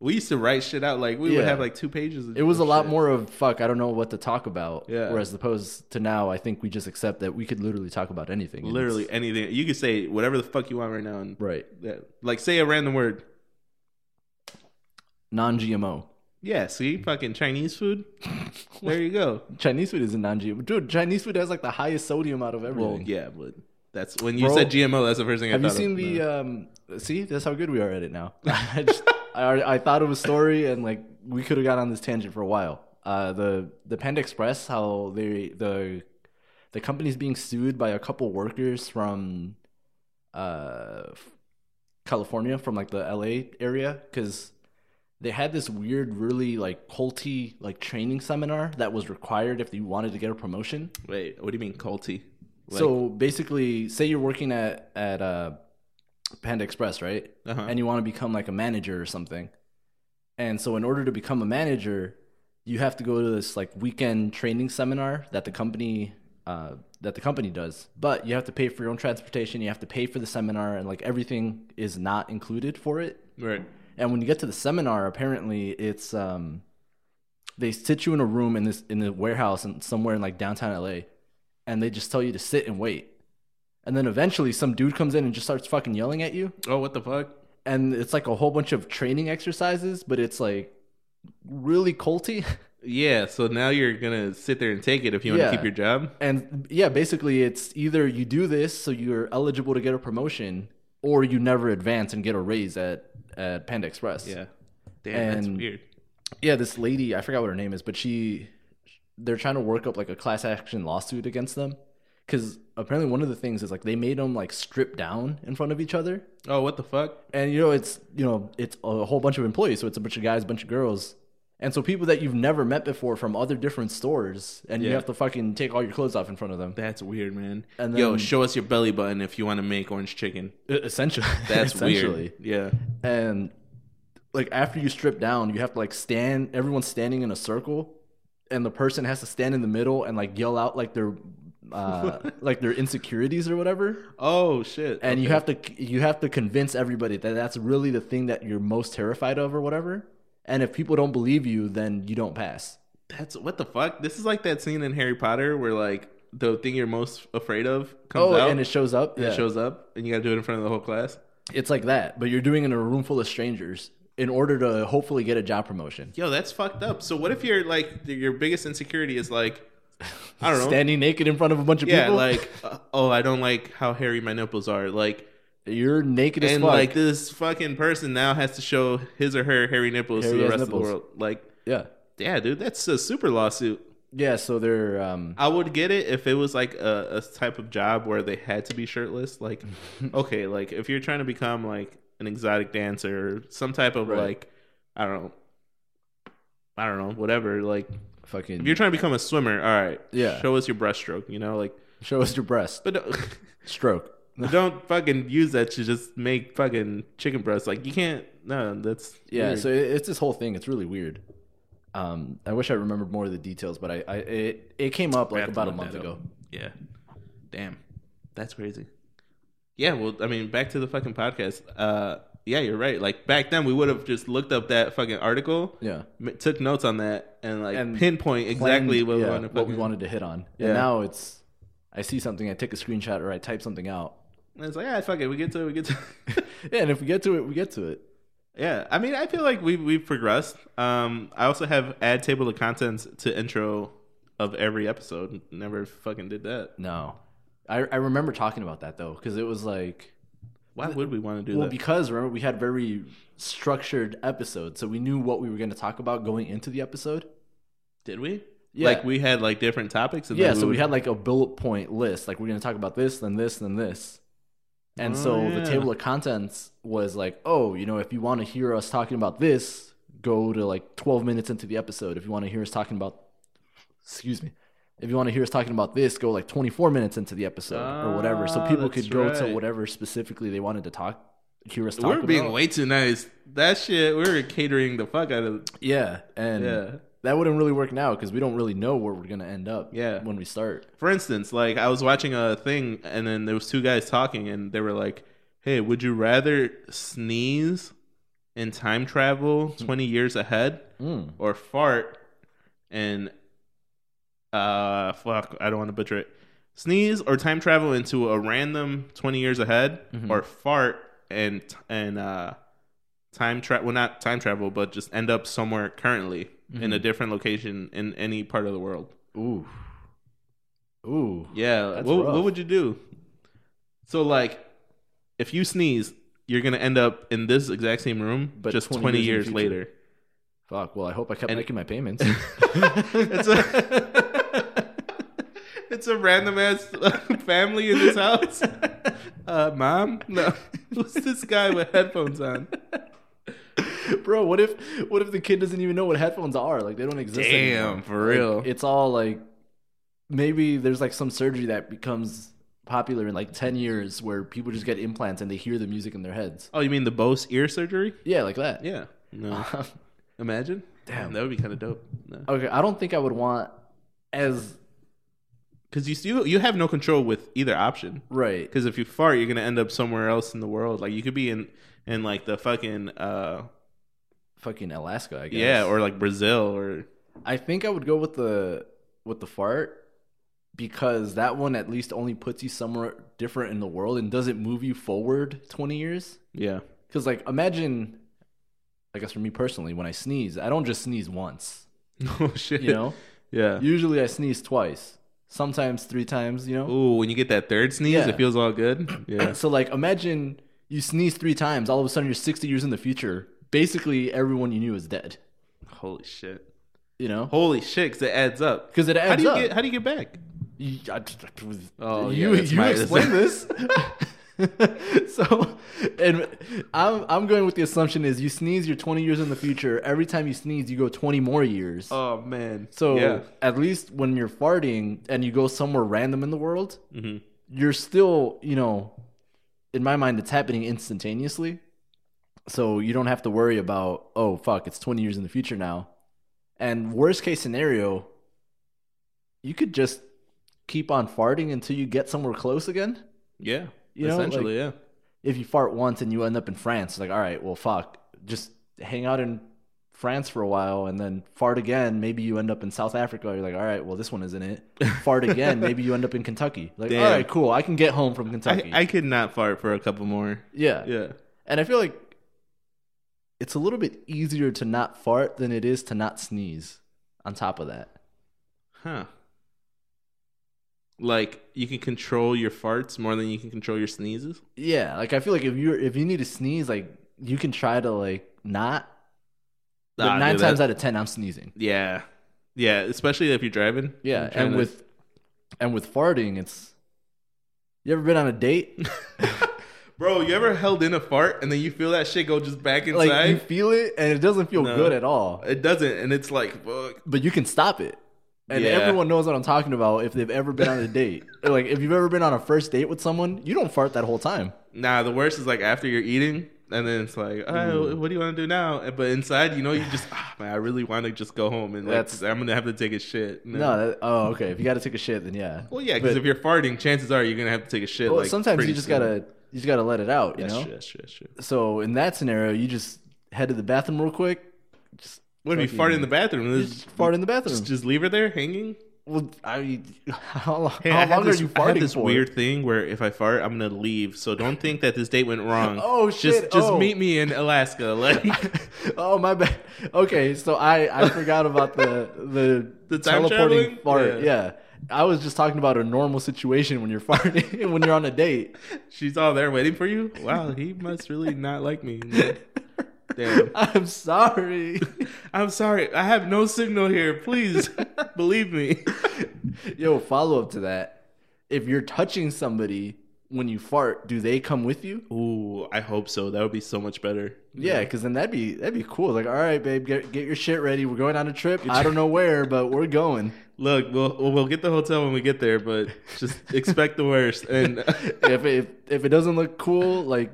S2: we used to write shit out. Like we would
S1: Yeah.
S2: have like two pages. Of
S1: It was a lot
S2: shit.
S1: more of fuck. I don't know what to talk about.
S2: Yeah.
S1: Whereas opposed to now, I think we just accept that we could literally talk about anything. and
S2: Literally
S1: it's-
S2: anything you could say whatever the fuck you want right now and
S1: Right.
S2: that, like say a random word.
S1: Non-GMO.
S2: Yeah, see, fucking Chinese food. there you go.
S1: Chinese food isn't non-GMO. Dude, Chinese food has like the highest sodium out of everything.
S2: Well, yeah, but that's when you
S1: Bro,
S2: said GMO. That's the first thing I
S1: Have you
S2: thought.
S1: seen
S2: of.
S1: the?
S2: No.
S1: Um, see, that's how good we are at it now. I just, I, already- I thought it was story, and like we could have got on this tangent for a while. Uh, the the Panda Express, how they the the company's being sued by a couple workers from uh f- California, from like the L.A. area, because they had this weird, really like culty like training seminar that was required if you wanted to get a promotion.
S2: wait? What do you mean culty? Like-
S1: so basically, say you're working at at uh, Panda Express, right?
S2: Uh-huh.
S1: And you want to become like a manager or something. And so, in order to become a manager, you have to go to this like weekend training seminar that the company uh, that the company does. But you have to pay for your own transportation. You have to pay for the seminar, and like everything is not included for it.
S2: right.
S1: And when you get to the seminar, apparently it's um, they sit you in a room in this in the warehouse and somewhere in like downtown LA, and they just tell you to sit and wait. And then eventually, some dude comes in and just starts fucking yelling at you.
S2: Oh, what the fuck?
S1: And it's like a whole bunch of training exercises, but it's like really culty.
S2: Yeah. So now you're gonna sit there and take it if you want
S1: Yeah.
S2: to keep your job.
S1: And yeah, basically, it's either you do this so you're eligible to get a promotion, or you never advance and get a raise at at Panda Express.
S2: Yeah. Damn, that's
S1: And-
S2: weird.
S1: yeah this lady i forgot what her name is but she they're trying to work up like a class action lawsuit against them because apparently one of the things is like they made them like strip down in front of each other
S2: Oh, what the fuck?
S1: and you know it's you know it's a whole bunch of employees so it's a bunch of guys bunch of girls and so people that you've never met before from other different stores and you
S2: Yeah.
S1: have to fucking take all your clothes off in front of them
S2: That's weird, man.
S1: And
S2: Yo,
S1: then-
S2: show us your belly button if you want to make orange chicken.
S1: E- essentially
S2: That's
S1: essentially
S2: weird. Yeah.
S1: and like after you strip down you have to like stand everyone's standing in a circle and the person has to stand in the middle and like yell out like their uh like their insecurities or whatever
S2: Oh shit.
S1: and you
S2: Okay.
S1: have to you have to convince everybody that that's really the thing that you're most terrified of or whatever and if people don't believe you then you don't pass
S2: that's what the fuck. This is like that scene in Harry Potter where like the thing you're most afraid of comes
S1: oh
S2: out
S1: and it shows up yeah.
S2: shows up, and you gotta do it in front of the whole class.
S1: it's like that but you're doing it in a room full of strangers in order to hopefully get a job promotion
S2: Yo, that's fucked up. So what if your like your biggest insecurity is like, I don't know.
S1: standing naked in front of a bunch of
S2: yeah,
S1: people
S2: like uh, oh, I don't like how hairy my nipples are. Like
S1: you're naked as
S2: and
S1: fuck
S2: like this fucking person now has to show his or her hairy nipples
S1: Hairy
S2: to the
S1: ass
S2: rest of
S1: nipples.
S2: the world. Like
S1: yeah
S2: yeah, dude, that's a super lawsuit.
S1: Yeah, so they're um
S2: I would get it if it was like a, a type of job where they had to be shirtless. Like, okay, like if you're trying to become like an exotic dancer or some type of
S1: Right.
S2: like, I don't know, I don't know, whatever. Like,
S1: fucking
S2: if you're trying to become a swimmer, all right,
S1: Yeah.
S2: show us your breaststroke. You know, like,
S1: show us your breast.
S2: but don't,
S1: Stroke.
S2: but don't fucking use that to just make fucking chicken breasts. Like, you can't. No, that's
S1: Yeah,
S2: weird.
S1: so it, it's this whole thing. It's really weird. Um I wish I remembered more of the details, but I, I it it came up
S2: I
S1: like
S2: have to
S1: about a
S2: look
S1: month
S2: that
S1: ago.
S2: up. Yeah. Damn. That's crazy. Yeah, well, I mean, back to the fucking podcast. Uh yeah, you're right. Like back then, we would have just looked up that fucking article,
S1: Yeah.
S2: m- took notes on that, and like
S1: And
S2: pinpoint exactly
S1: Planned,
S2: what,
S1: yeah,
S2: we wanted,
S1: what we wanted to hit on.
S2: Yeah.
S1: And now it's, I see something, I take a screenshot or I type something out.
S2: And it's like, ah, fuck it, we get to it, we get to. it.
S1: Yeah, and if we get to it, we get to it.
S2: yeah, I mean, I feel like we've we've progressed. Um, I also have add table of contents to intro of every episode. Never fucking did that.
S1: No, I I remember talking about that though because it was like
S2: Why would we want to do
S1: well
S2: that?
S1: because remember we had very structured episodes, so we knew what we were going to talk about going into the episode.
S2: Did we?
S1: Yeah.
S2: Like we had like different topics. And
S1: yeah,
S2: then
S1: so we
S2: would-
S1: had like a bullet point list, like we're going to talk about this, then this, then this. And
S2: Oh,
S1: so
S2: yeah.
S1: the table of contents was like, oh, you know, if you want to hear us talking about this, go to like 12 minutes into the episode. If you want to hear us talking about, excuse me, if you want to hear us talking about this, go like 24 minutes into the episode or whatever. So
S2: Ah,
S1: people could
S2: that's
S1: go to
S2: right.
S1: whatever specifically they wanted to talk, hear us talk
S2: We're being
S1: about.
S2: way too nice. That shit, we were catering the fuck out of.
S1: Yeah. And
S2: Yeah.
S1: that wouldn't really work now because we don't really know where we're going to end up
S2: Yeah.
S1: when we start.
S2: For instance, like I was watching a thing, and then there was two guys talking, and they were like, "Hey, would you rather sneeze and time travel twenty years ahead,
S1: Mm.
S2: or fart and uh fuck, I don't want to butcher it, sneeze or time travel into a random twenty years ahead,
S1: Mhm.
S2: or fart and and uh time travel, well not time travel, but just end up somewhere currently in
S1: Mm-hmm.
S2: a different location in any part of the world."
S1: Ooh. Ooh.
S2: Yeah.
S1: That's
S2: What,
S1: rough.
S2: what would you do? So like, if you sneeze, you're gonna end up in this exact same room, but
S1: But
S2: just
S1: 20
S2: twenty
S1: years
S2: years,
S1: in the
S2: later.
S1: Fuck. Well, I hope I kept
S2: And-
S1: making my payments.
S2: It's a it's a random ass family in this house. Uh, mom, no, who's this guy with headphones on?
S1: Bro, what if what if the kid doesn't even know what headphones are? Like they don't exist. anymore.
S2: for real.
S1: It's all like maybe there's like some surgery that becomes popular in like 10 years where people just get implants and they hear the music in their heads.
S2: Oh, you mean the Bose ear surgery?
S1: Yeah, like that.
S2: Yeah. No. Imagine.
S1: Damn.
S2: that would be kind of dope. No.
S1: okay, I don't think I would want as
S2: Because you still you have no control with either option.
S1: right.
S2: Because if you fart, you're gonna end up somewhere else in the world. Like you could be in in like the fucking uh
S1: Fucking Alaska, I guess.
S2: yeah, or like Brazil or
S1: I think I would go with the with the fart because that one at least only puts you somewhere different in the world and doesn't move you forward 20 years.
S2: yeah.
S1: Cuz like imagine I guess for me personally when I sneeze, I don't just sneeze once,
S2: oh shit.
S1: you know?
S2: Yeah.
S1: Usually I sneeze twice, sometimes 3 times, you know?
S2: Ooh, when you get that third sneeze,
S1: Yeah.
S2: it feels all good. Yeah.
S1: So like imagine you sneeze 3 times, all of a sudden you're 60 years in the future. Basically everyone you knew is dead,
S2: Holy shit.
S1: you know?
S2: Holy shit, 'cause it adds up.
S1: Cuz it adds
S2: How do you
S1: up.
S2: get how do you get back?
S1: You, I,
S2: Oh,
S1: you,
S2: yeah, that's
S1: you
S2: my-
S1: explain this. so, and I'm I'm going with the assumption is you sneeze, you're 20 years in the future. Every time you sneeze, you go 20 more years.
S2: Oh man.
S1: so
S2: yeah.
S1: at least when you're farting and you go somewhere random in the world,
S2: Mhm.
S1: you're still you know, in my mind, it's happening instantaneously. So you don't have to worry about oh fuck, it's 20 years in the future now. And worst case scenario, you could just keep on farting until you get somewhere close again.
S2: Yeah.
S1: You know,
S2: Essentially, yeah.
S1: If you fart once and you end up in France, like, all right, well, fuck, just hang out in France for a while and then fart again. Maybe you end up in South Africa. You're like, all right, well, this one isn't it. Fart again. Maybe you end up in Kentucky. Like,
S2: Damn.
S1: all right, cool, I can get home from Kentucky.
S2: I, I could not fart for a couple more.
S1: yeah.
S2: Yeah.
S1: and I feel like it's a little bit easier to not fart than it is to not sneeze. On top of that,
S2: Huh. Like you can control your farts more than you can control your sneezes.
S1: yeah, like I feel like if you are if you need to sneeze, like you can try to like not But
S2: Ah,
S1: nine
S2: dude,
S1: times
S2: that-
S1: out of ten, I'm sneezing.
S2: Yeah, yeah. Especially if you're driving.
S1: Yeah,
S2: I'm trying
S1: and
S2: to-
S1: with and with farting, it's. You ever been on a date?
S2: bro, you ever held in a fart and then you feel that shit go just back
S1: like
S2: inside?
S1: you feel it, and it doesn't feel
S2: No.
S1: good at all.
S2: It doesn't, and it's like, fuck.
S1: But you can stop it, and
S2: Yeah.
S1: everyone knows what I'm talking about if they've ever been on a date. like if you've ever been on a first date with someone, you don't fart that whole time.
S2: Nah, the worst is like after you're eating, and then it's like, all right,
S1: Mm-hmm.
S2: what do you want to do now? But inside, you know, you just, ah, man, I really want to just go home, and like,
S1: That's-
S2: I'm gonna have to take a shit. No.
S1: No, that, oh okay. If you got to take a shit, then yeah.
S2: Well, yeah, because
S1: But-
S2: if you're farting, chances are you're gonna have to take a shit.
S1: Well,
S2: like
S1: sometimes you
S2: pretty
S1: just
S2: soon.
S1: gotta You just gotta let it out, you
S2: That's
S1: know.
S2: true. That's true. That's true.
S1: So in that scenario, you just head to the bathroom real quick. Just
S2: What if you fart in the bathroom?
S1: you
S2: Just,
S1: just fart in the bathroom.
S2: just, just leave her there hanging.
S1: well, I mean, how, lo-
S2: Hey,
S1: how
S2: I had
S1: long
S2: this,
S1: are you
S2: I had
S1: farting
S2: this
S1: for?
S2: weird thing where if I fart, I'm gonna leave. So don't think that this date went wrong.
S1: Oh, shit.
S2: Just, just
S1: Oh.
S2: meet me in Alaska. Like
S1: oh my bad. Okay, so I I forgot about the the,
S2: The time traveling?
S1: fart. Yeah.
S2: Yeah.
S1: I was just talking about a normal situation when you're farting when you're on a date.
S2: she's all there waiting for you. Wow, he must really not like me. Damn.
S1: I'm sorry.
S2: I'm sorry. I have no signal here. Please believe me.
S1: Yo, follow up to that. If you're touching somebody when you fart, do they come with you?
S2: Ooh, I hope so. That would be so much better.
S1: Yeah, because then that'd be that'd be cool. Like, all right, babe, get get your shit ready. We're going on a trip. I don't know where, but we're going.
S2: Look, we'll we'll we'll get the hotel when we get there, but just expect the worst. And
S1: if if if it doesn't look cool, like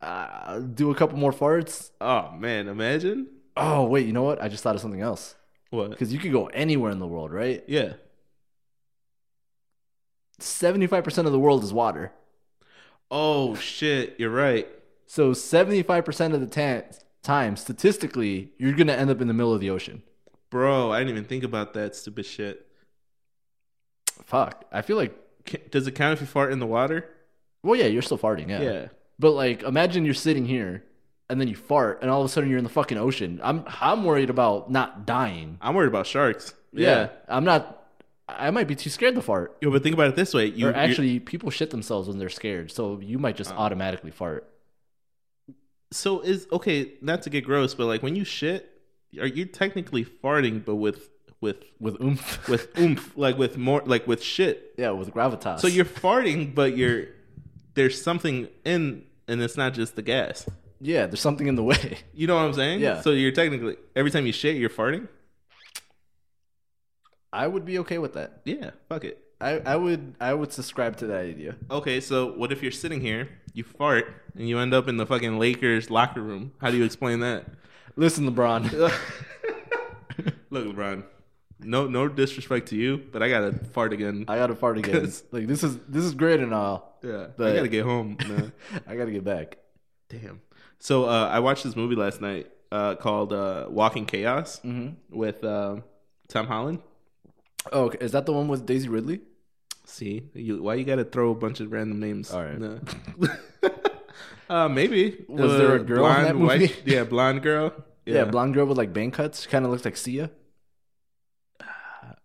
S1: uh, do a couple more farts.
S2: oh man, imagine
S1: Oh wait, you know what? I just thought of something else.
S2: what?
S1: Because you could go anywhere in the world, right?
S2: Yeah.
S1: Seventy-five percent of the world is water.
S2: Oh shit, you're right.
S1: So seventy-five percent of the ta- time, statistically, you're gonna end up in the middle of the ocean.
S2: Bro, I didn't even think about that stupid shit.
S1: Fuck. I feel like.
S2: Ca- Does it count if you fart in the water?
S1: Well, yeah, you're still farting, yeah. But like, imagine you're sitting here, and then you fart, and all of a sudden you're in the fucking ocean. I'm I'm worried about not dying.
S2: I'm worried about sharks.
S1: I'm not. I might be too scared to fart.
S2: Yo, but think about it this way. You
S1: or
S2: you-
S1: actually, people shit themselves when they're scared, so you might just automatically fart.
S2: so is okay, not to get gross, but like when you shit, are you technically farting but with with
S1: With oomph.
S2: with oomph, like with more like with shit.
S1: yeah, with gravitas.
S2: So you're farting but you're there's something in and it's not just the gas.
S1: Yeah, there's something in the way.
S2: You know what I'm saying?
S1: Yeah.
S2: So you're technically every time you shit, you're farting?
S1: I would be okay with that.
S2: Yeah, fuck it.
S1: I, I would I would subscribe to that idea.
S2: Okay, so what if you're sitting here, you fart, and you end up in the fucking Lakers locker room? How do you explain that?
S1: Listen, LeBron.
S2: Look, LeBron, no, no disrespect to you, but I gotta fart again.
S1: I gotta fart again.
S2: 'Cause-
S1: Like this is this is great and all.
S2: yeah,
S1: but-
S2: I gotta get home. man.
S1: I gotta get back.
S2: Damn. So uh, I watched this movie last night uh, called uh, Walking Chaos
S1: Mm-hmm.
S2: with uh, Tom Holland.
S1: Oh, okay. is that the one with Daisy Ridley?
S2: See, you, why you gotta throw a bunch of random names?
S1: All right.
S2: No. uh, maybe
S1: Was there a
S2: Uh,
S1: girl in that movie?
S2: yeah, blonde girl.
S1: Yeah, blonde girl with like bang cuts. Kind of looks like Sia.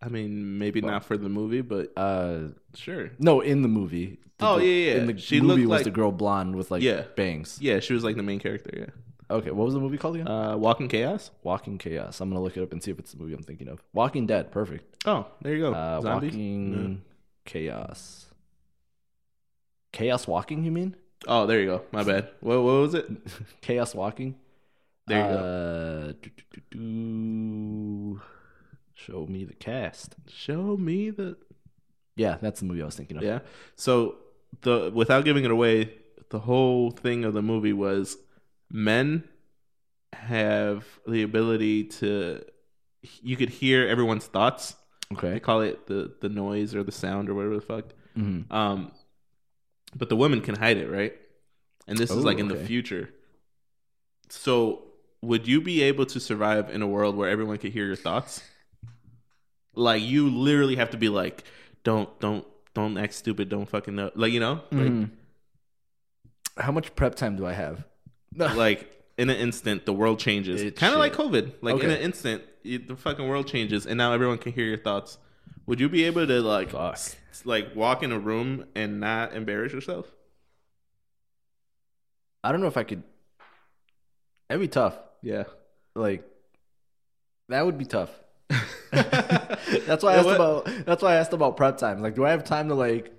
S2: I mean, maybe not for the movie, but
S1: Uh,
S2: sure.
S1: no, in the movie. The-
S2: Oh, yeah, yeah,
S1: In the
S2: she
S1: movie
S2: looked
S1: was
S2: like-
S1: the girl blonde with like
S2: Yeah.
S1: bangs.
S2: Yeah, she was like the main character.
S1: Okay, what was the movie called again?
S2: Yeah, uh, Walking Chaos.
S1: Walking Chaos. I'm gonna look it up and see if it's the movie I'm thinking of. Walking Dead. Perfect.
S2: Oh, there you go.
S1: Uh,
S2: Zombies?
S1: walking chaos. Chaos walking, you mean?
S2: No. Oh, there you go. My bad. What, what was it?
S1: chaos walking.
S2: There you go.
S1: uh, do, do, do, do. Show me the cast.
S2: Show me the.
S1: Yeah, that's the movie I was thinking of.
S2: Yeah. So the without giving it away, the whole thing of the movie was men have the ability to. You could hear everyone's thoughts. They
S1: Okay.
S2: call it the the noise or the sound or whatever the fuck.
S1: hmm
S2: Um, but the woman can hide it, right? And this
S1: Oh,
S2: is like in the
S1: okay.
S2: future. So, would you be able to survive in a world where everyone could hear your thoughts? Like, you literally have to be like, don't, don't, don't act stupid, don't fucking know. Like, you know, like,
S1: Mhm. How much prep time do I have?
S2: like in an instant, the world changes.
S1: It's
S2: Kind of like
S1: Mm-hmm. shit.
S2: COVID. Like in
S1: Okay.
S2: an instant, you, the fucking world changes, and now everyone can hear your thoughts. Would you be able to like,
S1: Fuck.
S2: s- like walk in a room and not embarrass yourself?
S1: I don't know if I could. That'd be tough.
S2: Yeah.
S1: Like, that would be tough.
S2: that's
S1: That's why I asked about. That's why I asked about prep time. Like, do I have time to like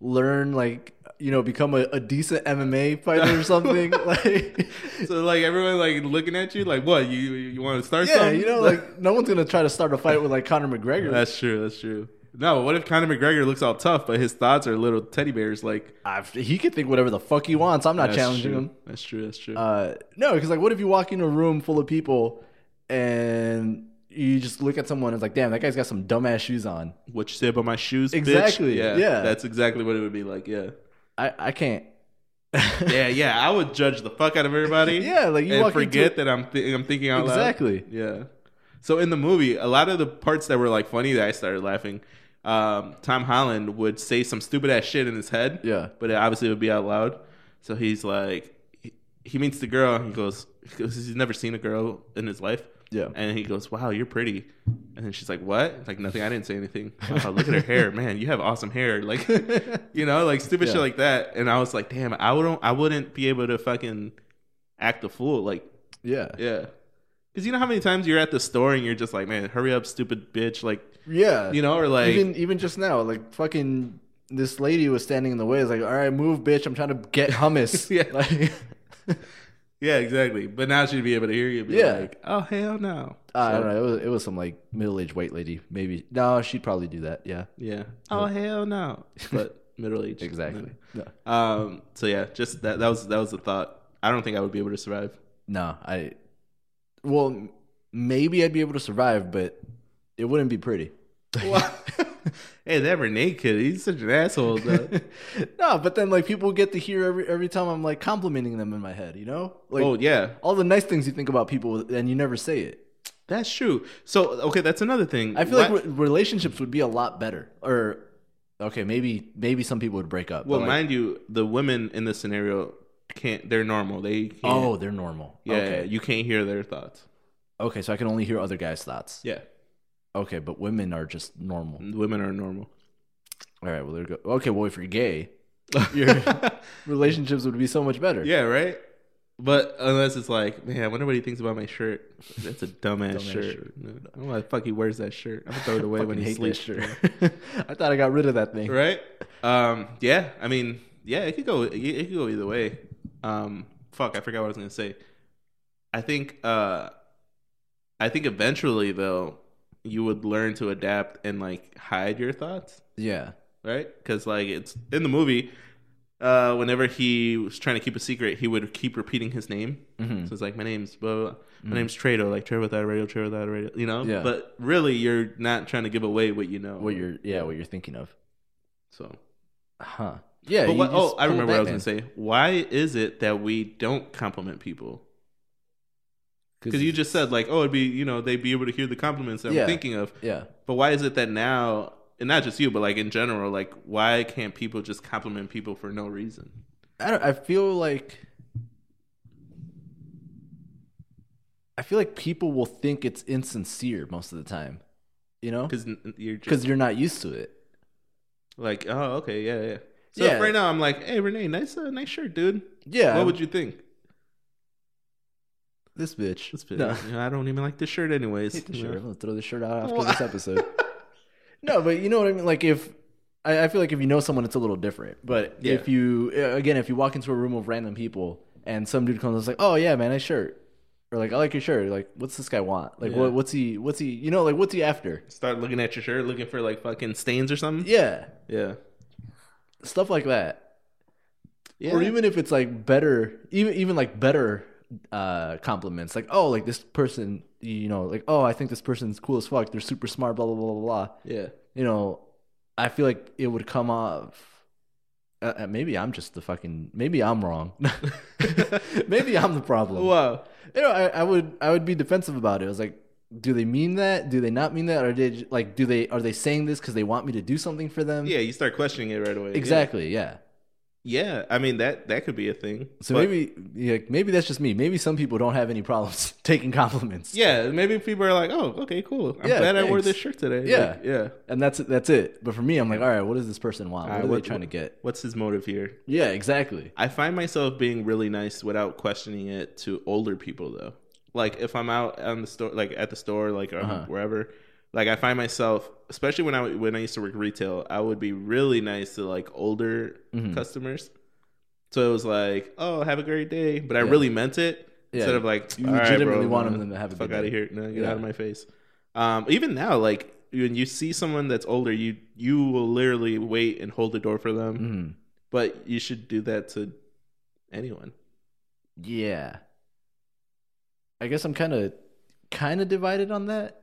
S1: learn, like you know, become a, a decent MMA fighter or something? like,
S2: So like everyone like looking at you like what you you want to start?
S1: yeah,
S2: something?
S1: you know, like no one's gonna try to start a fight with like Conor McGregor.
S2: that's true. That's true. No, what if Conor McGregor looks all tough, but his thoughts are little teddy bears? Like
S1: I've, he can think whatever the fuck he wants. I'm not
S2: that's
S1: challenging
S2: true.
S1: him.
S2: That's true. That's true.
S1: Uh, no, because like, what if you walk in a room full of people and you just look at someone and it's like, damn, that guy's got some dumbass shoes on.
S2: what you say about my shoes? bitch?
S1: exactly,
S2: Yeah,
S1: yeah.
S2: That's exactly what it would be like. Yeah.
S1: I, I can't.
S2: yeah, yeah. I would judge the fuck out of everybody.
S1: Yeah, like, you
S2: and
S1: walk
S2: forget
S1: into-
S2: that I'm thi- I'm thinking out
S1: Exactly.
S2: loud. Exactly. Yeah. So in the movie, a lot of the parts that were like funny that I started laughing. Um, Tom Holland would say some stupid ass shit in his head.
S1: Yeah.
S2: but it obviously would be out loud. So he's like, he, he meets the girl. He goes, he goes, he's never seen a girl in his life.
S1: Yeah.
S2: And he goes, "Wow, you're pretty." And then she's like, "What?" Like nothing. I didn't say anything. Wow, look at her hair, man. You have awesome hair. Like, you know, like stupid shit
S1: Yeah.
S2: like that. And I was like, "Damn, I wouldn't. I wouldn't be able to fucking act a fool." Like,
S1: Yeah.
S2: yeah. Because you know how many times you're at the store and you're just like, "Man, hurry up, stupid bitch!" Like,
S1: Yeah.
S2: you know, or like,
S1: even even just now, like fucking this lady was standing in the way. It's like, all right, move, bitch. I'm trying to get hummus.
S2: Yeah.
S1: Like,
S2: yeah, exactly. But now she'd be able to hear you. and Be
S1: Yeah.
S2: Like, oh hell no.
S1: I
S2: So,
S1: don't know. It was, it was some like middle aged white lady. Maybe no, she'd probably do that. Yeah.
S2: Yeah. Oh hell no. But middle aged.
S1: Exactly. No.
S2: Um. So yeah, just that. That was that was the thought. I don't think I would be able to survive.
S1: No, I. Well, m- maybe I'd be able to survive, but it wouldn't be pretty.
S2: hey, that Renee kid, he's such an asshole. Though.
S1: no, but then like people get to hear every every time I'm like complimenting them in my head. You know, like
S2: oh yeah,
S1: all the nice things you think about people, and you never say it.
S2: that's true. So okay, that's another thing.
S1: I feel
S2: Why-
S1: like re- relationships would be a lot better. Or okay, maybe maybe some people would break up.
S2: well,
S1: but, like,
S2: mind you, the women in this scenario can't. They're normal. They can't,
S1: oh, they're normal.
S2: yeah,
S1: Okay.
S2: you can't hear their thoughts.
S1: Okay, so I can only hear other guys' thoughts.
S2: Yeah,
S1: Okay, but women are just normal.
S2: women are normal.
S1: All right. Well, there go. Okay. Well, if you're gay, your relationships would be so much better.
S2: yeah, right. But unless it's like, man, I wonder what he thinks about my shirt. That's a dumbass,
S1: Dumbass
S2: shirt.
S1: shirt.
S2: No, I don't know why the fuck he wears that shirt. I'm gonna throw it away when
S1: Fucking
S2: he
S1: hate that
S2: sleeps.
S1: shirt. I thought I got rid of that thing.
S2: right? Um, yeah, I mean, yeah, it could go, it, it could go either way. Um, fuck, I forgot what I was gonna say. I think, uh, I think eventually though, you would learn to adapt and like hide your thoughts,
S1: Yeah.
S2: right? Because like it's in the movie. Uh, whenever he was trying to keep a secret, he would keep repeating his name.
S1: Mhm.
S2: So it's like my name's blah, blah, blah. my name's Trado, like Trado without a radio, Trado without a radio, you know.
S1: Mm. Yeah.
S2: But really, you're not trying to give away what you know.
S1: What you're yeah what you're thinking of?
S2: so
S1: Huh? Yeah.
S2: But
S1: you
S2: what, oh,
S1: just
S2: I remember what I
S1: pulled
S2: was going to say. Why is it that we don't compliment people?
S1: Batman.
S2: Because you just said like, oh, it'd be you know they'd be able to hear the compliments that
S1: Yeah.
S2: I'm thinking of.
S1: yeah
S2: But why is it that now, and not just you, but like in general, like why can't people just compliment people for no reason?
S1: I don't, I feel like I feel like people will think it's insincere most of the time, you know,
S2: Because you're just
S1: because you're not used to it.
S2: like, oh, okay, yeah, yeah. So
S1: Yeah.
S2: if right now I'm like, hey, Renee, nice, uh, nice shirt, dude.
S1: Yeah,
S2: What would you think?
S1: this bitch?
S2: This bit,
S1: No.
S2: you know, I don't even like this shirt, anyways.
S1: Hate the
S2: You know?
S1: shirt. I'm gonna throw the shirt out after
S2: Wha-
S1: this episode. no, but you know what I mean. Like if I, I feel like if you know someone, it's a little different. But
S2: Yeah.
S1: if you uh, again, if you walk into a room of random people and some dude comes and is like, "Oh yeah, man, nice shirt," or like, "I like your shirt," like, "What's this guy want?" Like,
S2: Yeah.
S1: what, what's he? What's he? You know, like, what's he after?
S2: Start looking at your shirt, looking for like fucking stains or something.
S1: Yeah,
S2: Yeah.
S1: stuff like that.
S2: Yeah.
S1: or even if it's like better even even like better uh compliments like oh like this person you know like oh i think this person's cool as fuck they're super smart blah blah blah blah blah
S2: yeah.
S1: you know i feel like it would come off uh, uh, maybe i'm just the fucking maybe i'm wrong maybe i'm the problem
S2: Wow.
S1: you know I, I would i would be defensive about it i was like do they mean that do they not mean that or did like do they are they saying this because they want me to do something for them
S2: Yeah, you start questioning it right away. Yeah.
S1: exactly yeah.
S2: Yeah, I mean that that could be a thing.
S1: So
S2: But-
S1: maybe yeah, maybe that's just me. Maybe some people don't have any problems taking compliments.
S2: Yeah, maybe people are like, "Oh, okay, cool. I'm
S1: Yeah,
S2: glad I wore
S1: thanks.
S2: this shirt today." Like,
S1: Yeah.
S2: yeah.
S1: And that's that's it. But for me, I'm like, all right, what does this person want? What
S2: Uh,
S1: are
S2: what-
S1: they trying to get?
S2: What's his motive here?
S1: Yeah, exactly.
S2: I find myself being really nice without questioning it to older people though. Like if I'm out on the store, like at the store, like um,
S1: Uh-huh.
S2: wherever, like I find myself, especially when I when I used to work retail, I would be really nice to like older
S1: Mhm.
S2: customers. So it was like, "Oh, have a great day," but I
S1: Yeah.
S2: really meant it.
S1: Yeah.
S2: Instead of like,
S1: You
S2: "All right,
S1: legitimately
S2: bro,
S1: want
S2: uh,
S1: them to have a
S2: fuck
S1: good
S2: out
S1: day.
S2: of here. No, get
S1: Yeah.
S2: out of my face. Um, even now, like when you see someone that's older, you you will literally wait and hold the door for them.
S1: Mhm.
S2: But you should do that to anyone.
S1: Yeah. I guess I'm kind of kind of divided on that.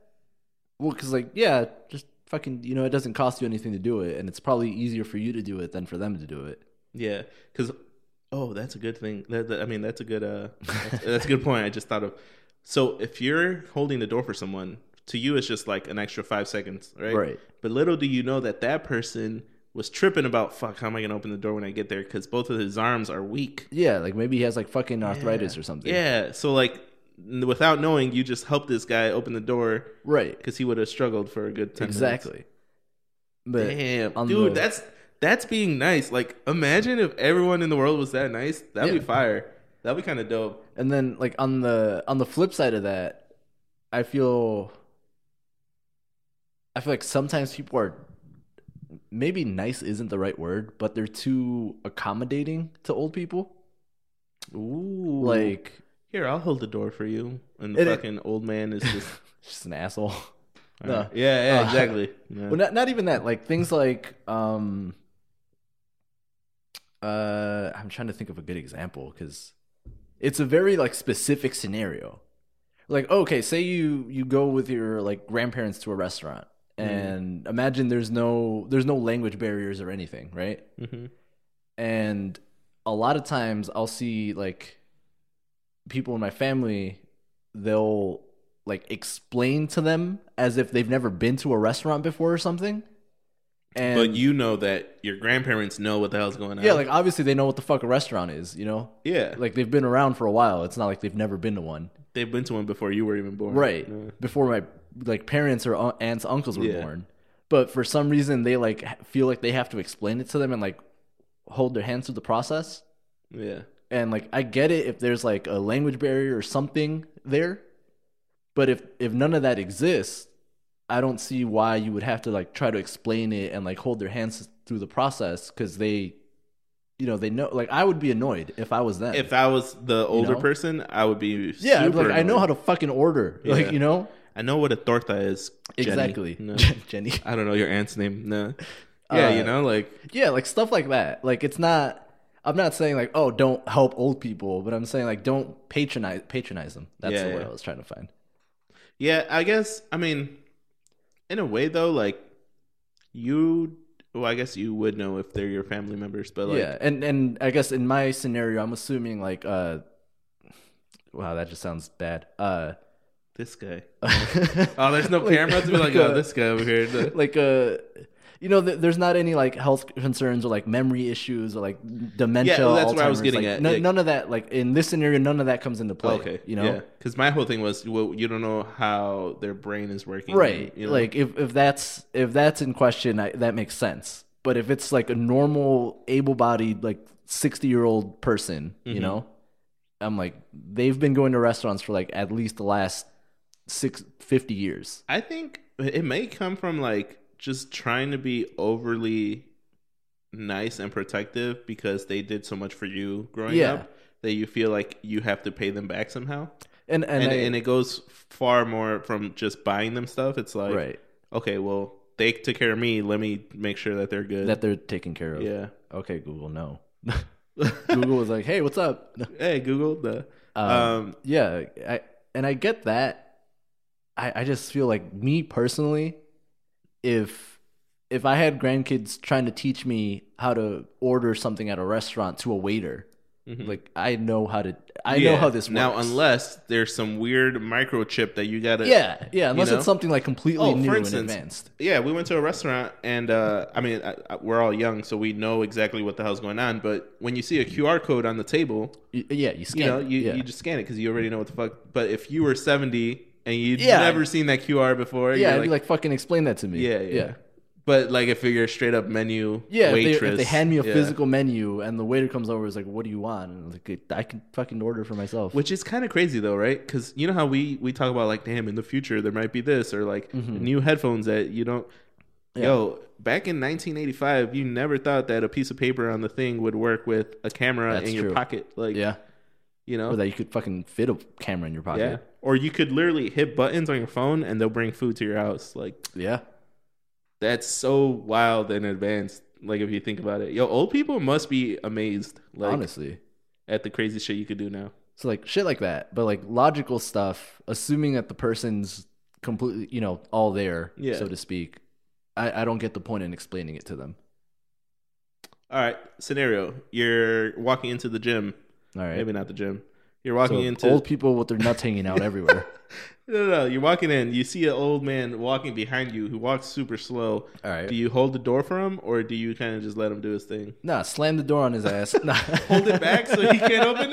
S1: Well, because like, yeah, just fucking, you know, it doesn't cost you anything to do it, and it's probably easier for you to do it than for them to do it.
S2: Yeah, because Oh, that's a good thing. That, that- I mean, that's a good. Uh, that's, that's a good point. I just thought of. So if you're holding the door for someone, to you it's just like an extra five seconds, right?
S1: Right.
S2: But little do you know that that person was tripping about fuck. How am I gonna open the door when I get there? Because both of his arms are weak.
S1: Yeah, like maybe he has like fucking arthritis or something.
S2: Yeah. So like, n- without knowing, you just helped this guy open the door
S1: Right.
S2: because he would have struggled for a good ten minutes.
S1: Exactly. But
S2: Damn,
S1: on
S2: dude,
S1: the-
S2: that's that's being nice. Like, imagine if everyone in the world was that nice. That'd
S1: Yeah.
S2: be fire. That'd be kind of dope.
S1: and then like on the on the flip side of that, I feel I feel like sometimes people are maybe nice isn't the right word, but they're too accommodating to old people.
S2: Ooh,
S1: Like
S2: here, I'll hold the door for you. And the
S1: It-
S2: fucking old man is just,
S1: just an asshole.
S2: Alright.
S1: No.
S2: yeah, yeah,
S1: Uh,
S2: exactly. Yeah.
S1: Well, not not even that. Like things like um uh I'm trying to think of a good example cuz it's a very like specific scenario. Like okay, say you you go with your like grandparents to a restaurant and imagine there's no there's no language barriers or anything, right?
S2: Mhm.
S1: and a lot of times I'll see like people in my family they'll like explain to them as if they've never been to a restaurant before or something. And
S2: But you know that your grandparents know what the hell's going on.
S1: yeah, like obviously they know what the fuck a restaurant is, you know?
S2: yeah,
S1: Like they've been around for a while. It's not like they've never been to one.
S2: they've been to one before you were even born.
S1: Right.
S2: Yeah.
S1: Before my like parents or au- aunts uncles were
S2: Yeah.
S1: born. But for some reason they like ha- feel like they have to explain it to them and like hold their hands through the process.
S2: Yeah.
S1: and like I get it if there's like a language barrier or something there, but if if none of that exists, I don't see why you would have to like try to explain it and like hold their hands through the process because they, you know, they know. Like I would be annoyed if I was them.
S2: If I was the older
S1: Uh, know?
S2: person, I would be.
S1: yeah, I'd be
S2: super
S1: like I know
S2: annoyed.
S1: how to fucking order.
S2: Yeah.
S1: Like you know
S2: I know what a torta is. Jenny.
S1: exactly,
S2: No.
S1: Jenny.
S2: I don't know your aunt's name. No. Yeah, you
S1: Uh,
S2: know, like
S1: Yeah, like stuff like that. Like it's not. I'm not saying like oh don't help old people, but I'm saying like don't patronize patronize them. That's
S2: Yeah,
S1: the word
S2: yeah.
S1: I was trying to find.
S2: yeah, I guess I mean in a way though, like you well, I guess you would know if they're your family members, but like
S1: yeah, and and I guess in my scenario, I'm assuming like, uh, wow, that just sounds bad. Uh,
S2: this guy.
S1: oh,
S2: Oh, there's no camera to be like, oh, this guy over here. No.
S1: uh, like uh, you know, th- there's not any like health concerns or like memory issues or like dementia.
S2: Yeah, well, that's where I was
S1: Alzheimer's,
S2: getting
S1: like,
S2: at,
S1: no-
S2: like-
S1: none of that, like in this scenario, none of that comes into play.
S2: okay,
S1: you know,
S2: because my whole thing was, well, you don't know how their brain is working,
S1: right?
S2: you know?
S1: Like if if that's if that's in question, I, that makes sense. But if it's like a normal, able-bodied, like sixty-year-old person, you
S2: Mhm.
S1: know, I'm like they've been going to restaurants for like at least the last six fifty years.
S2: I think it may come from like just trying to be overly nice and protective because they did so much for you growing
S1: Yeah.
S2: up that you feel like you have to pay them back somehow.
S1: And and,
S2: and,
S1: I-
S2: and it goes far more from just buying them stuff. It's like,
S1: right
S2: okay, well, they took care of me. Let me make sure that they're good.
S1: that they're taken care of.
S2: yeah.
S1: Okay, Google, no. Google was like, hey, what's up?
S2: hey, Google the.
S1: Um,
S2: Um,
S1: yeah, I and I get that. I I just feel like me personally, if if I had grandkids trying to teach me how to order something at a restaurant to a waiter,
S2: mhm.
S1: like I know how to, I know
S2: Yeah.
S1: how this works.
S2: Now, unless there's some weird microchip that you gotta.
S1: yeah, yeah, unless
S2: know?
S1: it's something like completely
S2: Oh, for
S1: new and
S2: instance-
S1: advanced.
S2: Yeah, we went to a restaurant, and uh, I mean, I, I, we're all young, so we know exactly what the hell's going on. But when you see a QR code on the table,
S1: Y- Yeah, you scan.
S2: you know,
S1: it,
S2: you,
S1: yeah.
S2: you just scan it because you already know what the fuck. But if you were 70 and you'd
S1: Yeah.
S2: never seen that QR before,
S1: yeah,
S2: you're
S1: I'd be like, fucking explain that to me.
S2: Yeah, yeah. But like if you're a straight up menu
S1: Yeah, if they-
S2: waitress,
S1: if they, hand me a
S2: yeah.
S1: physical menu and the waiter comes over, is like, "What do you want?" And I'm like, "I can fucking order for myself."
S2: which is kind of crazy though, right? Because you know how we we talk about like, damn, in the future there might be this or like
S1: Mhm.
S2: new headphones that you don't.
S1: Yeah.
S2: Yo, back in 1985, you never thought that a piece of paper on the thing would work with a camera
S1: That's
S2: in your
S1: true.
S2: pocket, like
S1: yeah,
S2: you know,
S1: or that you could fucking fit a camera in your
S2: yeah.
S1: pocket.
S2: Or you could literally hit buttons on your phone and they'll bring food to your house. Like
S1: Yeah,
S2: that's so wild and advanced. Like if you think about it, yo, old people must be amazed. Like
S1: honestly.
S2: at the crazy shit you could do now.
S1: So like shit like that, but like logical stuff, assuming that the person's completely, you know, all there,
S2: Yeah.
S1: so to speak. I, I don't get the point in explaining it to them.
S2: all right, scenario: you're walking into the gym.
S1: All right.
S2: Maybe not the gym. You're
S1: So,
S2: walking into
S1: old people with their nuts hanging out everywhere.
S2: no, no, no. You're walking in. You see an old man walking behind you who walks super slow.
S1: All right.
S2: Do you hold the door for him, or do you kind of just let him do his thing?
S1: Nah, slam the door on his ass. Nah.
S2: Hold it back so he can't open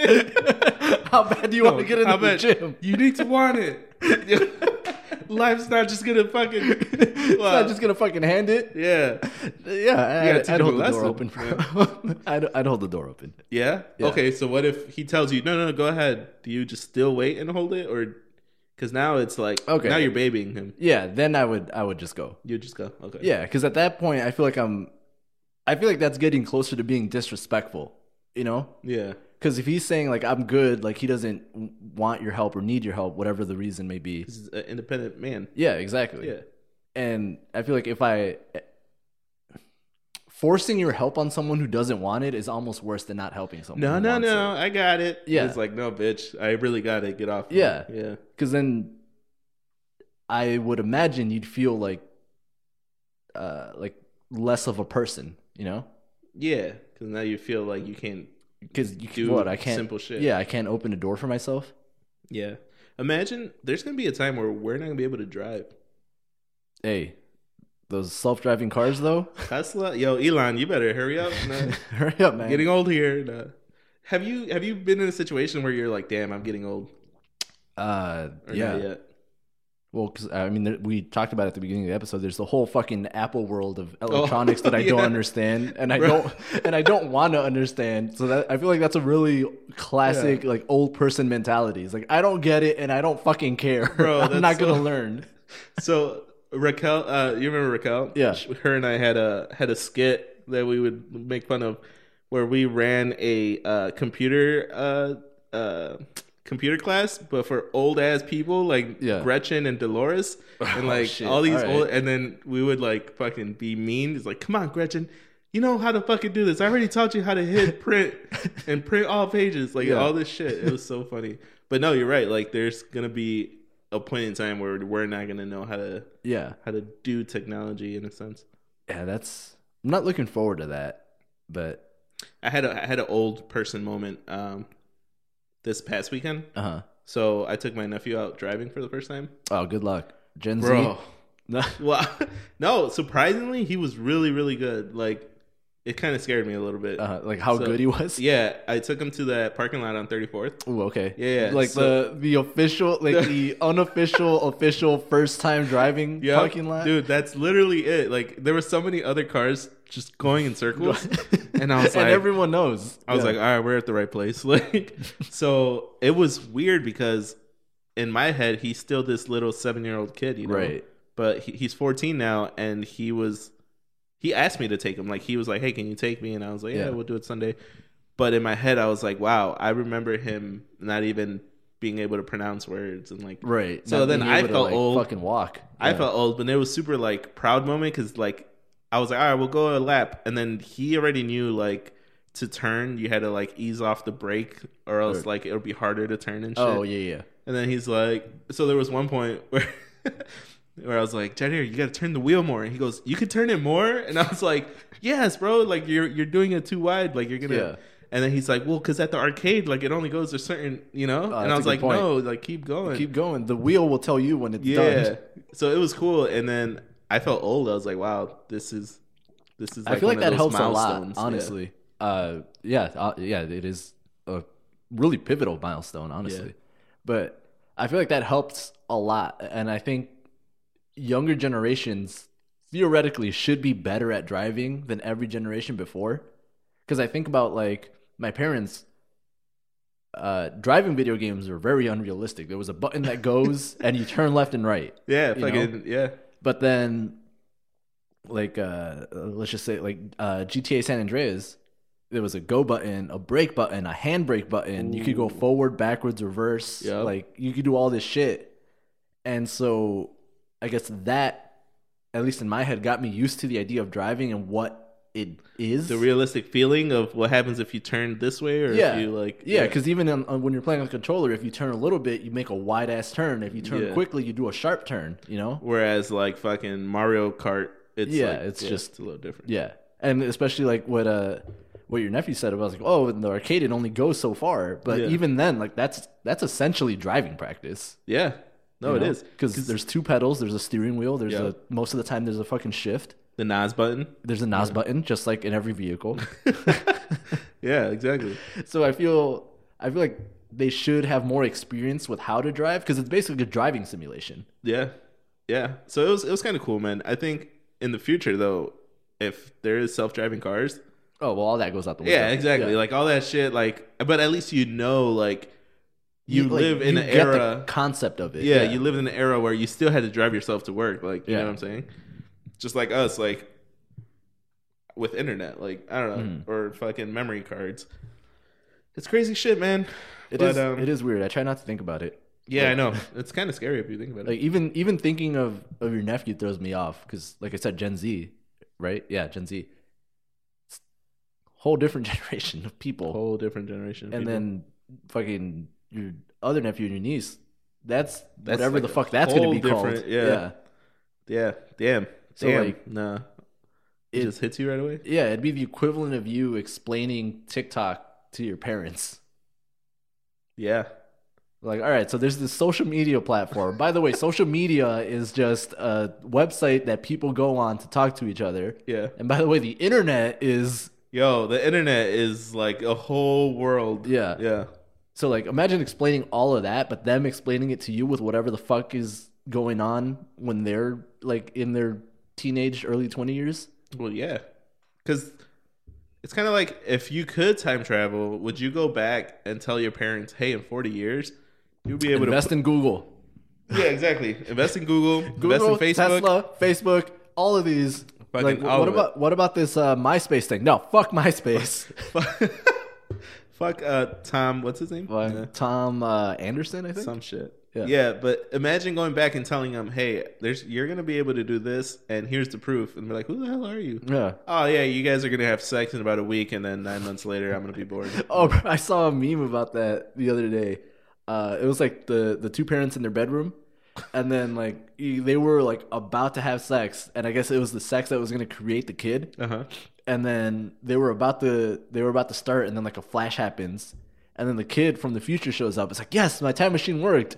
S2: it.
S1: How bad do you want to get into
S2: How
S1: the
S2: about-
S1: gym?
S2: You need to want it. Life's not just gonna fucking.
S1: It's
S2: Well,
S1: not just gonna fucking hand it.
S2: yeah,
S1: Yeah, I'd,
S2: teach
S1: I'd
S2: him a
S1: hold the door
S2: lesson.
S1: open. For I'd, I'd hold the door open.
S2: yeah,
S1: Yeah.
S2: Okay, so what if he tells you, "No, no, go ahead." Do you just still wait and hold it, or because now it's like,
S1: Okay.
S2: okay, now you're babying him.
S1: Yeah, then I would I would just go.
S2: You just go, okay,
S1: Yeah, because at that point I feel like I'm, I feel like that's getting closer to being disrespectful. You know,
S2: yeah,
S1: because if he's saying like I'm good, like he doesn't w- want your help or need your help, whatever the reason may be.
S2: He's an independent man.
S1: Yeah, exactly.
S2: Yeah,
S1: and I feel like if I forcing your help on someone who doesn't want it is almost worse than not helping someone.
S2: no, no, no, I got it.
S1: Yeah.
S2: it's like, no, bitch, I really got to get off. me.
S1: Yeah.
S2: yeah,
S1: because then I would imagine you'd feel like uh like less of a person, you know?
S2: yeah. Because now you feel like you can't
S1: Because you can,
S2: do
S1: what I can't.
S2: simple shit.
S1: Yeah, I can't open a door for myself.
S2: yeah. Imagine there's gonna be a time where we're not gonna be able to drive.
S1: Hey, those self-driving cars though.
S2: Tesla, yo, Elon, you better hurry up. man.
S1: Hurry up, man.
S2: getting old here. Nah. Have you have you been in a situation where you're like, damn, I'm getting old?
S1: uh,
S2: Or
S1: yeah.
S2: Not yet?
S1: Well, 'cause, I mean, there, we talked about it at the beginning of the episode. There's the whole fucking Apple world of electronics that I don't
S2: Oh, yeah.
S1: understand, and I
S2: Bro.
S1: don't, and I don't want to understand. So that I feel like that's a really classic, like old person mentality. It's like I don't get it, and I don't fucking care.
S2: Bro,
S1: I'm
S2: that's
S1: not gonna
S2: so-
S1: learn.
S2: So Raquel, uh, you remember Raquel?
S1: Yeah.
S2: Sh- Her and I had a had a skit that we would make fun of, where we ran a uh, computer uh, uh, computer class, but for old ass people like
S1: Yeah. Oh,
S2: Gretchen and Dolores, and like
S1: shit.
S2: all these
S1: All
S2: old.
S1: right.
S2: And then we would like fucking be mean. It's like, come on, Gretchen. You know how to fucking do this. I already taught you how to hit print and print all pages, like
S1: Yeah.
S2: all this shit. It was so funny. But no, you're right. Like, there's gonna be a point in time where we're not gonna know how to
S1: Yeah,
S2: how to do technology in a sense.
S1: yeah. That's I'm not looking forward to that, but
S2: I had a I had an old person moment um, this past weekend.
S1: uh huh.
S2: So I took my nephew out driving for the first time.
S1: Oh, good luck, Gen
S2: Bro,
S1: Z. Uh, No,
S2: well, no, surprisingly, he was really really good. Like, it kind of scared me a little bit.
S1: uh, like how
S2: So-
S1: good he was.
S2: Yeah, I took him to that parking lot on 34th.
S1: Ooh, okay.
S2: Yeah, yeah,
S1: Like
S2: so-
S1: the the official, like the unofficial, official first time driving
S2: Yeah,
S1: parking lot.
S2: dude, that's literally it. Like, there were so many other cars just going in circles, and I was like,
S1: and everyone knows.
S2: I was
S1: Yeah.
S2: like, "Oh, all right, we're at the right place. Like, so it was weird because in my head, he's still this little seven year old kid, you know?
S1: right.
S2: But he, he's 14 now, and he was, he asked me to take him. Like, he was like, hey, can you take me? And I was like, yeah,
S1: Yeah.
S2: we'll do it Sunday. But in my head, I was like, wow, I remember him not even being able to pronounce words and like,
S1: Right.
S2: So
S1: Not
S2: then
S1: being
S2: I
S1: able to,
S2: felt
S1: like,
S2: old.
S1: Fucking walk.
S2: I
S1: Yeah.
S2: felt old, but it was super like proud moment because like I was like, all right, we'll go a lap, and then he already knew like to turn, you had to like ease off the brake, or else
S1: Right.
S2: like it'll be harder to turn and shit.
S1: Oh yeah, yeah.
S2: And then he's like, so there was one point where where I was like, Jadir, you got to turn the wheel more, and he goes, you could turn it more, and I was like, yes, bro, like you're you're doing it too wide, like you're gonna.
S1: Yeah.
S2: And then he's like, well, because at the arcade, like it only goes a certain, you know. and
S1: Oh, that's
S2: I
S1: a
S2: was
S1: good
S2: like,
S1: point.
S2: no, like keep going.
S1: Keep going. The wheel will tell you when it's
S2: Yeah.
S1: done.
S2: So it was cool, and then I felt old. I was like, wow, this is this is. Like
S1: I feel like
S2: one of
S1: that
S2: those
S1: helps a lot.
S2: milestones. Yeah.
S1: Honestly. Uh, yeah, uh, yeah. It is a really pivotal milestone, honestly.
S2: Yeah.
S1: But I feel like that helps a lot, and I think younger generations theoretically should be better at driving than every generation before. Because I think about like my parents. Uh, driving video games were very unrealistic. There was a button that goes and you turn left and right.
S2: Yeah.
S1: You know?
S2: fucking yeah.
S1: But then, like, uh, let's just say, like, uh, GTA San Andreas, there was a go button, a brake button, a handbrake button. You could go
S2: Ooh.
S1: forward, backwards, reverse.
S2: Yep.
S1: Like, you could do all this shit. And so, I guess that, at least in my head, got me used to the idea of driving and what it is.
S2: The realistic feeling of what happens if you turn this way, or
S1: Yeah.
S2: if you like.
S1: yeah, because even on, on- when you're playing on the controller, if you turn a little bit, you make a wide ass turn. If you turn
S2: Yeah.
S1: quickly, you do a sharp turn. You know?
S2: Whereas like fucking Mario Kart, it's
S1: Yeah,
S2: like-
S1: it's just-
S2: a little different.
S1: Yeah. and especially like what uh what your nephew said about like oh in the arcade it only goes so far but
S2: Yeah.
S1: even then like that's that's essentially driving practice
S2: Yeah. No, it is
S1: because there's two pedals there's a steering wheel there's
S2: Yeah.
S1: a most of the time there's a fucking shift
S2: the Nas button.
S1: there's a nos button just like in every vehicle
S2: yeah, exactly.
S1: so i feel i feel like they should have more experience with how to drive because it's basically a driving simulation
S2: Yeah, yeah. So it was it was kind of cool, man. I think in the future though, if there is self driving cars,
S1: oh well all that goes out the window
S2: yeah, exactly. Like all that shit. Like, but at least you know, like, you
S1: like,
S2: live in
S1: you
S2: an
S1: get the
S2: era.
S1: concept of it
S2: yeah, you live in an era where you still had to drive yourself to work. Like, you
S1: Yeah.
S2: know what I'm saying? Just like us, like with internet, like I don't
S1: Mm-hmm.
S2: know, or fucking memory cards. It's crazy shit, man.
S1: It
S2: but
S1: is-
S2: um,
S1: it is weird i try not to think about it
S2: yeah, I know. It's kind of scary if you think about it.
S1: like even even thinking of of your nephew throws me off because like i said gen z right yeah gen z It's whole different generation of people
S2: whole different generation. of
S1: and
S2: people.
S1: then fucking your other nephew and your niece that's,
S2: That's
S1: whatever
S2: like
S1: the
S2: a
S1: fuck that's gonna
S2: whole
S1: be called
S2: different- yeah. Yeah, damn.
S1: So,
S2: damn.
S1: like,
S2: nah. It,
S1: it-
S2: just hits you right away?
S1: Yeah, it'd be the equivalent of you explaining tiktok to your parents
S2: Yeah.
S1: like all right so there's this social media platform by the way social media is just a website that people go on to talk to each other
S2: Yeah.
S1: and by the way the internet is
S2: Yo, the internet is like a whole world.
S1: Yeah.
S2: Yeah.
S1: So like imagine explaining all of that, but them explaining it to you with whatever the fuck is going on when they're like in their teenage early 20 years.
S2: Well, yeah. Cuz it's kind of like if you could time travel, would you go back and tell your parents, "Hey, in 40 years, you'll be able
S1: Invest in Google.
S2: to Yeah, exactly. Invest in Google,
S1: Google,
S2: invest in
S1: Tesla,
S2: Facebook.
S1: Facebook, all of these.
S2: Fucking
S1: like
S2: all
S1: what
S2: of it.
S1: about what about this uh, MySpace thing? No, fuck MySpace.
S2: Fuck uh Tom, what's his name?
S1: Fuck
S2: Yeah.
S1: Tom uh, Anderson, I think.
S2: some shit.
S1: Yeah.
S2: Yeah. but imagine going back and telling them, "Hey, there's you're gonna be able to do this, and here's the proof." And they're like, "Who the hell are you?"
S1: yeah.
S2: Oh yeah, you guys are gonna have sex in about a week, and then nine months later, I'm gonna be bored.
S1: Oh, bro, I saw a meme about that the other day. Uh, it was like the the two parents in their bedroom, and then like e- they were like about to have sex, and I guess it was the sex that was gonna create the kid.
S2: Uh huh.
S1: And then they were about to they were about to start, and then like a flash happens, and then the kid from the future shows up. It's like, yes, my time machine worked.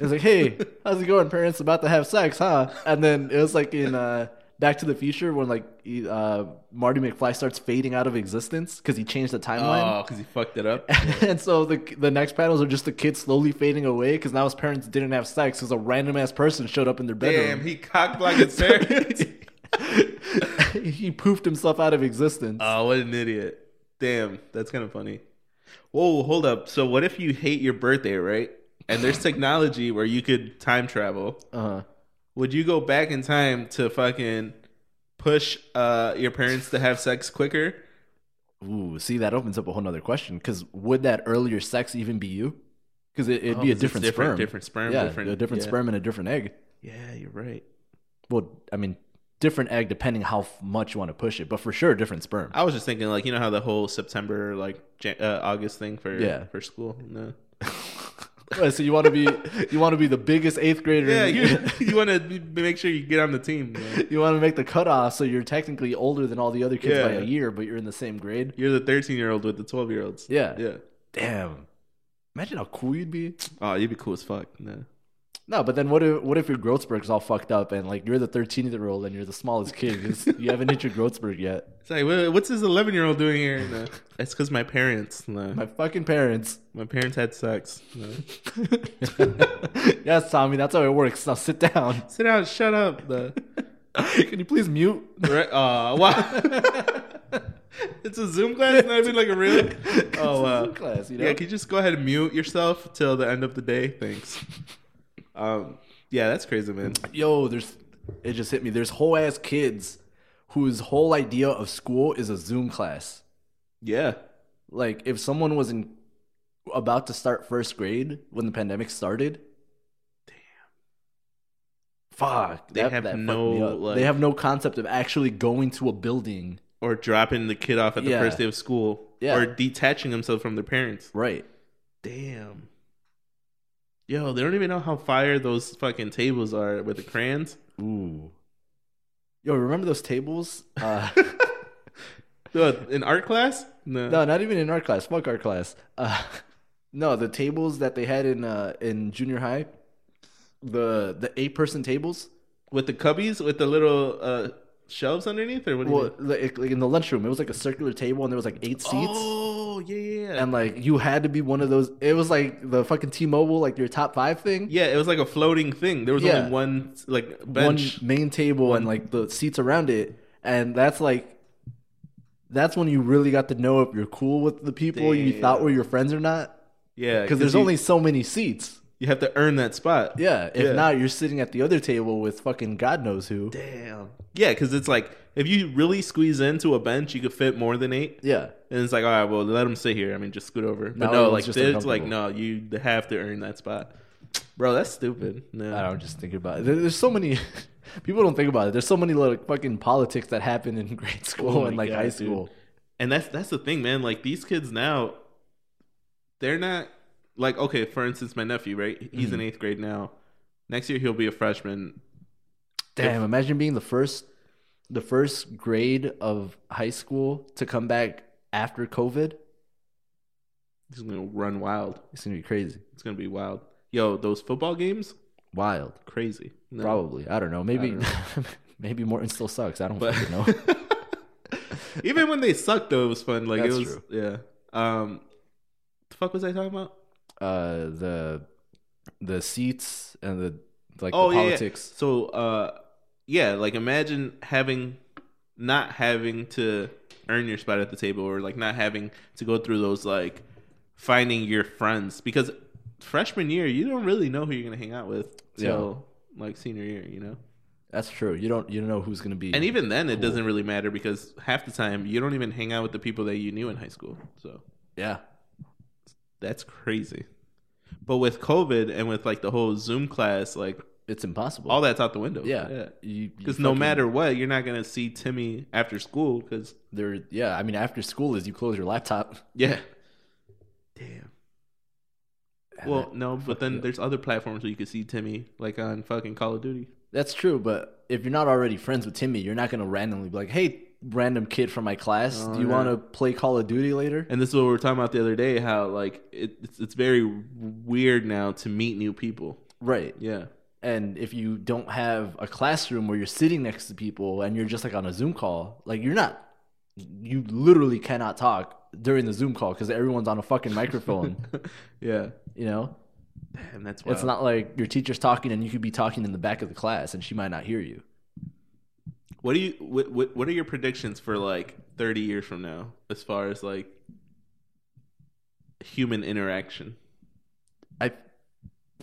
S1: It's like, hey, how's it going, parents? About to have sex, huh? And then it was like in uh, Back to the Future when like e- uh, Marty McFly starts fading out of existence because he changed the timeline.
S2: Oh, because he fucked it up.
S1: And so the the next panels are just the kid slowly fading away because now his parents didn't have sex because a random ass person showed up in their
S2: Damn,
S1: bedroom.
S2: he cockblocked his parents.
S1: he, poofed himself out of existence.
S2: oh, what an idiot! Damn, that's kind of funny. Whoa, hold up. So, what if you hate your birthday, right? And there's technology where you could time travel.
S1: Uh-huh.
S2: Would you go back in time to fucking push uh, your parents to have sex quicker?
S1: Ooh, see that opens up a whole nother question because would that earlier sex even be you? Because it, it'd be a
S2: Oh, 'cause it's
S1: different,
S2: different-
S1: sperm,
S2: different sperm,
S1: yeah,
S2: different-
S1: a different
S2: yeah.
S1: sperm and a different egg.
S2: Yeah, you're right.
S1: Well, I mean, different egg depending how f- much you want to push it, but for sure different sperm.
S2: I was just thinking, like, you know how the whole September, like, Jan- uh, August thing for
S1: Yeah.
S2: for school. No.
S1: Well, so you want to be you want to be the biggest eighth grader.
S2: Yeah,
S1: in-
S2: you you want to make sure you get on the team. man.
S1: You want to make the cutoff so you're technically older than all the other kids by
S2: Yeah.
S1: a year, but you're in the same grade.
S2: You're the 13 year old with the 12 year olds.
S1: Yeah.
S2: yeah.
S1: Damn. Imagine how cool you'd be.
S2: Oh, you'd be cool as fuck. No.
S1: No, but then what if what if your growth spurt's all fucked up and like you're the 13 year old and you're the smallest kid 'cause you haven't hit your growth spurt yet?
S2: It's like, "Wha- what's this 11 year old doing here? No. It's because my parents. No.
S1: My
S2: My,
S1: fucking parents.
S2: parents had sex. No.
S1: yes, Tommy, that's how it works. Now sit down.
S2: Sit down. Shut up. No.
S1: Can you please mute?
S2: Right? Aw, wow. it's a Zoom class, not even like a real. Oh,
S1: It's a
S2: wow.
S1: Zoom class, you know?
S2: Yeah, can you just go ahead and mute yourself till the end of the day? Thanks. Um, yeah, that's crazy, man.
S1: yo, there's it just hit me. There's whole ass kids whose whole idea of school is a Zoom class.
S2: Yeah,
S1: like if someone was in about to start first grade when the pandemic started damn fuck
S2: They have
S1: fucked me
S2: no,
S1: up.
S2: like-
S1: they have no concept of actually going to a building
S2: or dropping the kid off at the
S1: Yeah.
S2: first day of school,
S1: Yeah.
S2: or detaching themselves from their parents.
S1: right
S2: Damn. Yo, they don't even know how fire those fucking tables are with the crayons.
S1: ooh yo remember those tables uh
S2: Dude, in art class?
S1: No, not even in art class. Fuck art class. Uh, no, the tables that they had in uh, in junior high, the the eight person tables.
S2: With the cubbies, with the little uh, shelves underneath, or what? Do you
S1: Well,
S2: mean?
S1: like, like in the lunchroom, it was like a circular table, and there was like eight seats.
S2: Oh, yeah, yeah, yeah.
S1: And like you had to be one of those. It was like the fucking T-Mobile, like your top five thing.
S2: yeah, it was like a floating thing. There was
S1: Yeah.
S2: only one like bench.
S1: one main table and like the seats around it and that's like that's when you really got to know if you're cool with the people you thought were your friends or not
S2: yeah,
S1: because there's
S2: you-
S1: only so many seats
S2: you have to earn that spot.
S1: yeah if
S2: Yeah.
S1: not you're sitting at the other table with fucking god knows who
S2: Damn. Yeah, because it's like if you really squeeze into a bench, you could fit more than eight.
S1: yeah
S2: And it's like, all right, well, let them sit here. I mean, just scoot over. But
S1: Now
S2: no,
S1: everyone's
S2: like
S1: just
S2: it's like
S1: uncomfortable.
S2: no, you have to earn that spot, bro. That's stupid. No.
S1: i don't just think about it There- there's so many people don't think about it there's so many like fucking politics that happen in grade school
S2: Oh my
S1: and like
S2: God,
S1: high
S2: dude.
S1: school
S2: And that's that's the thing, man. Like these kids now, they're not like okay. For instance, my nephew, right? He's
S1: Mm-hmm.
S2: in eighth grade now. Next year he'll be a freshman.
S1: Damn, imagine being the first the first grade of high school to come back after COVID.
S2: He's gonna run wild.
S1: It's gonna be crazy.
S2: It's gonna be wild. Yo, those football games,
S1: Wild.
S2: crazy. No.
S1: Probably. I don't know. Maybe
S2: don't
S1: maybe Morton still sucks. I don't
S2: but
S1: fucking know.
S2: even when they sucked, though, it was fun. Like
S1: That's
S2: it was,
S1: true.
S2: yeah. Um, the fuck was I talking about?
S1: Uh the the seats and the like
S2: oh
S1: the
S2: yeah, yeah.
S1: politics.
S2: So, uh, yeah, like imagine having not having to earn your spot at the table, or like not having to go through those like finding your friends because freshman year you don't really know who you're gonna hang out with till like senior year, you know.
S1: That's true. You don't you don't know who's gonna be
S2: And even then, it doesn't really matter because half the time you don't even hang out with the people that you knew in high school. So
S1: Yeah.
S2: That's crazy. But with COVID and with like the whole Zoom class, like
S1: It's impossible.
S2: all that's out the window.
S1: yeah. You- you
S2: Because no
S1: fucking-
S2: matter what, you're not gonna see Timmy after school. Because
S1: there yeah, I mean after school is you close your laptop.
S2: yeah. Damn.
S1: And
S2: Well,
S1: that-
S2: no, but then
S1: yeah.
S2: there's other platforms where you can see Timmy, like on fucking Call of Duty.
S1: That's true, but if you're not already friends with Timmy, you're not gonna randomly be like, "Hey, random kid from my class,
S2: Oh,
S1: do you
S2: yeah.
S1: want to play Call of Duty later?"
S2: And this is what we were talking about the other day. How like it, it's it's very weird now to meet new people.
S1: right.
S2: Yeah.
S1: And if you don't have a classroom where you're sitting next to people and you're just like on a Zoom call, like you're not, you literally cannot talk during the Zoom call because everyone's on a fucking microphone.
S2: yeah.
S1: you know,
S2: Damn, that's wild.
S1: it's not like your teacher's talking and you could be talking in the back of the class and she might not hear you.
S2: What do you what, what what are your predictions for like 30 years from now as far as like human interaction?
S1: I,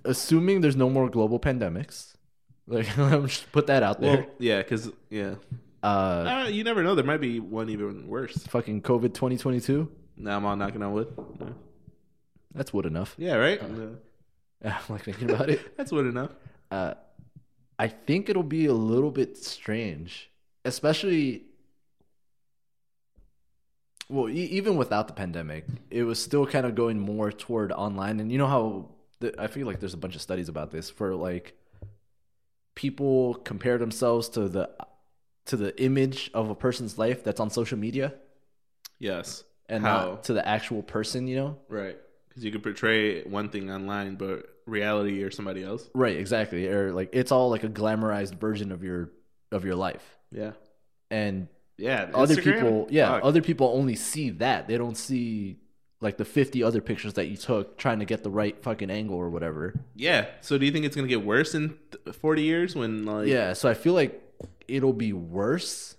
S1: assuming there's no more global pandemics, like I'm just put that out there.
S2: Well, yeah, cuz yeah.
S1: uh,
S2: Uh, you never know, there might be one even worse.
S1: fucking COVID 2022.
S2: Now I'm all knocking on wood. No.
S1: That's wood enough.
S2: Yeah, right? No.
S1: I'm like thinking about it.
S2: That's wood enough.
S1: Uh, I think it'll be a little bit strange, especially. Well, e- even without the pandemic, it was still kind of going more toward online. And you know how the, I feel like there's a bunch of studies about this for like people compare themselves to the to the image of a person's life that's on social media
S2: Yes.
S1: and
S2: How?
S1: not to the actual person, you know?
S2: Right. Cuz you could portray one thing online but reality or somebody else.
S1: Right, exactly. Or like it's all like a glamorized version of your of your life.
S2: Yeah.
S1: And
S2: Yeah,
S1: other
S2: Instagram?
S1: people, yeah,
S2: Fuck.
S1: other people only see that. They don't see like the 50 other pictures that you took trying to get the right fucking angle or whatever.
S2: yeah. So do you think it's going to get worse in th- 40 years when like
S1: Yeah, so I feel like it'll be worse.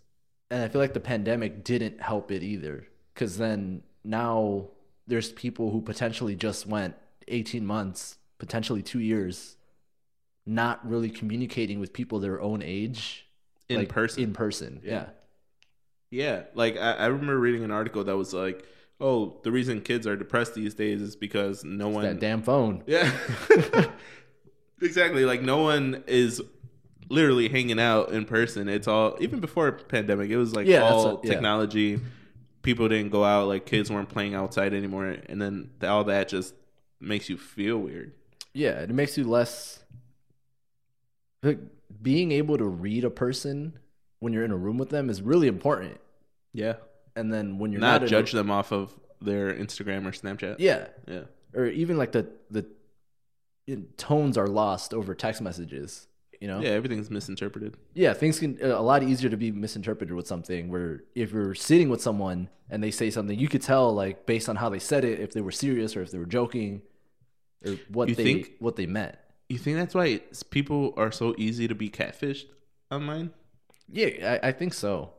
S1: And I feel like the pandemic didn't help it either cuz then now there's people who potentially just went 18 months, potentially 2 years not really communicating with people their own age
S2: in
S1: like,
S2: person?
S1: In person, yeah.
S2: Yeah. Yeah, like I, I remember reading an article that was like, "Oh, the reason kids are depressed these days is because no one."
S1: That damn phone.
S2: yeah, exactly. Like no one is literally hanging out in person. It's all even before pandemic. It was like
S1: Yeah, that's
S2: all
S1: what- yeah.
S2: technology. People didn't go out. Like kids weren't playing outside anymore, and then th- all that just makes you feel weird.
S1: Yeah, it makes you less. Like, being able to read a person when you're in a room with them is really important
S2: Yeah,
S1: and then when you're
S2: not
S1: not,
S2: judge
S1: them.
S2: them off of their Instagram or Snapchat.
S1: Yeah,
S2: yeah.
S1: or even like the the you know, tones are lost over text messages. You know,
S2: Yeah, everything's misinterpreted.
S1: yeah, things can a lot easier to be misinterpreted with something. Where if you're sitting with someone and they say something, you could tell like based on how they said it if they were serious or if they were joking or what
S2: You
S1: they
S2: think?
S1: what they meant.
S2: You think that's why it's- people are so easy to be catfished online?
S1: Yeah, I, I think so.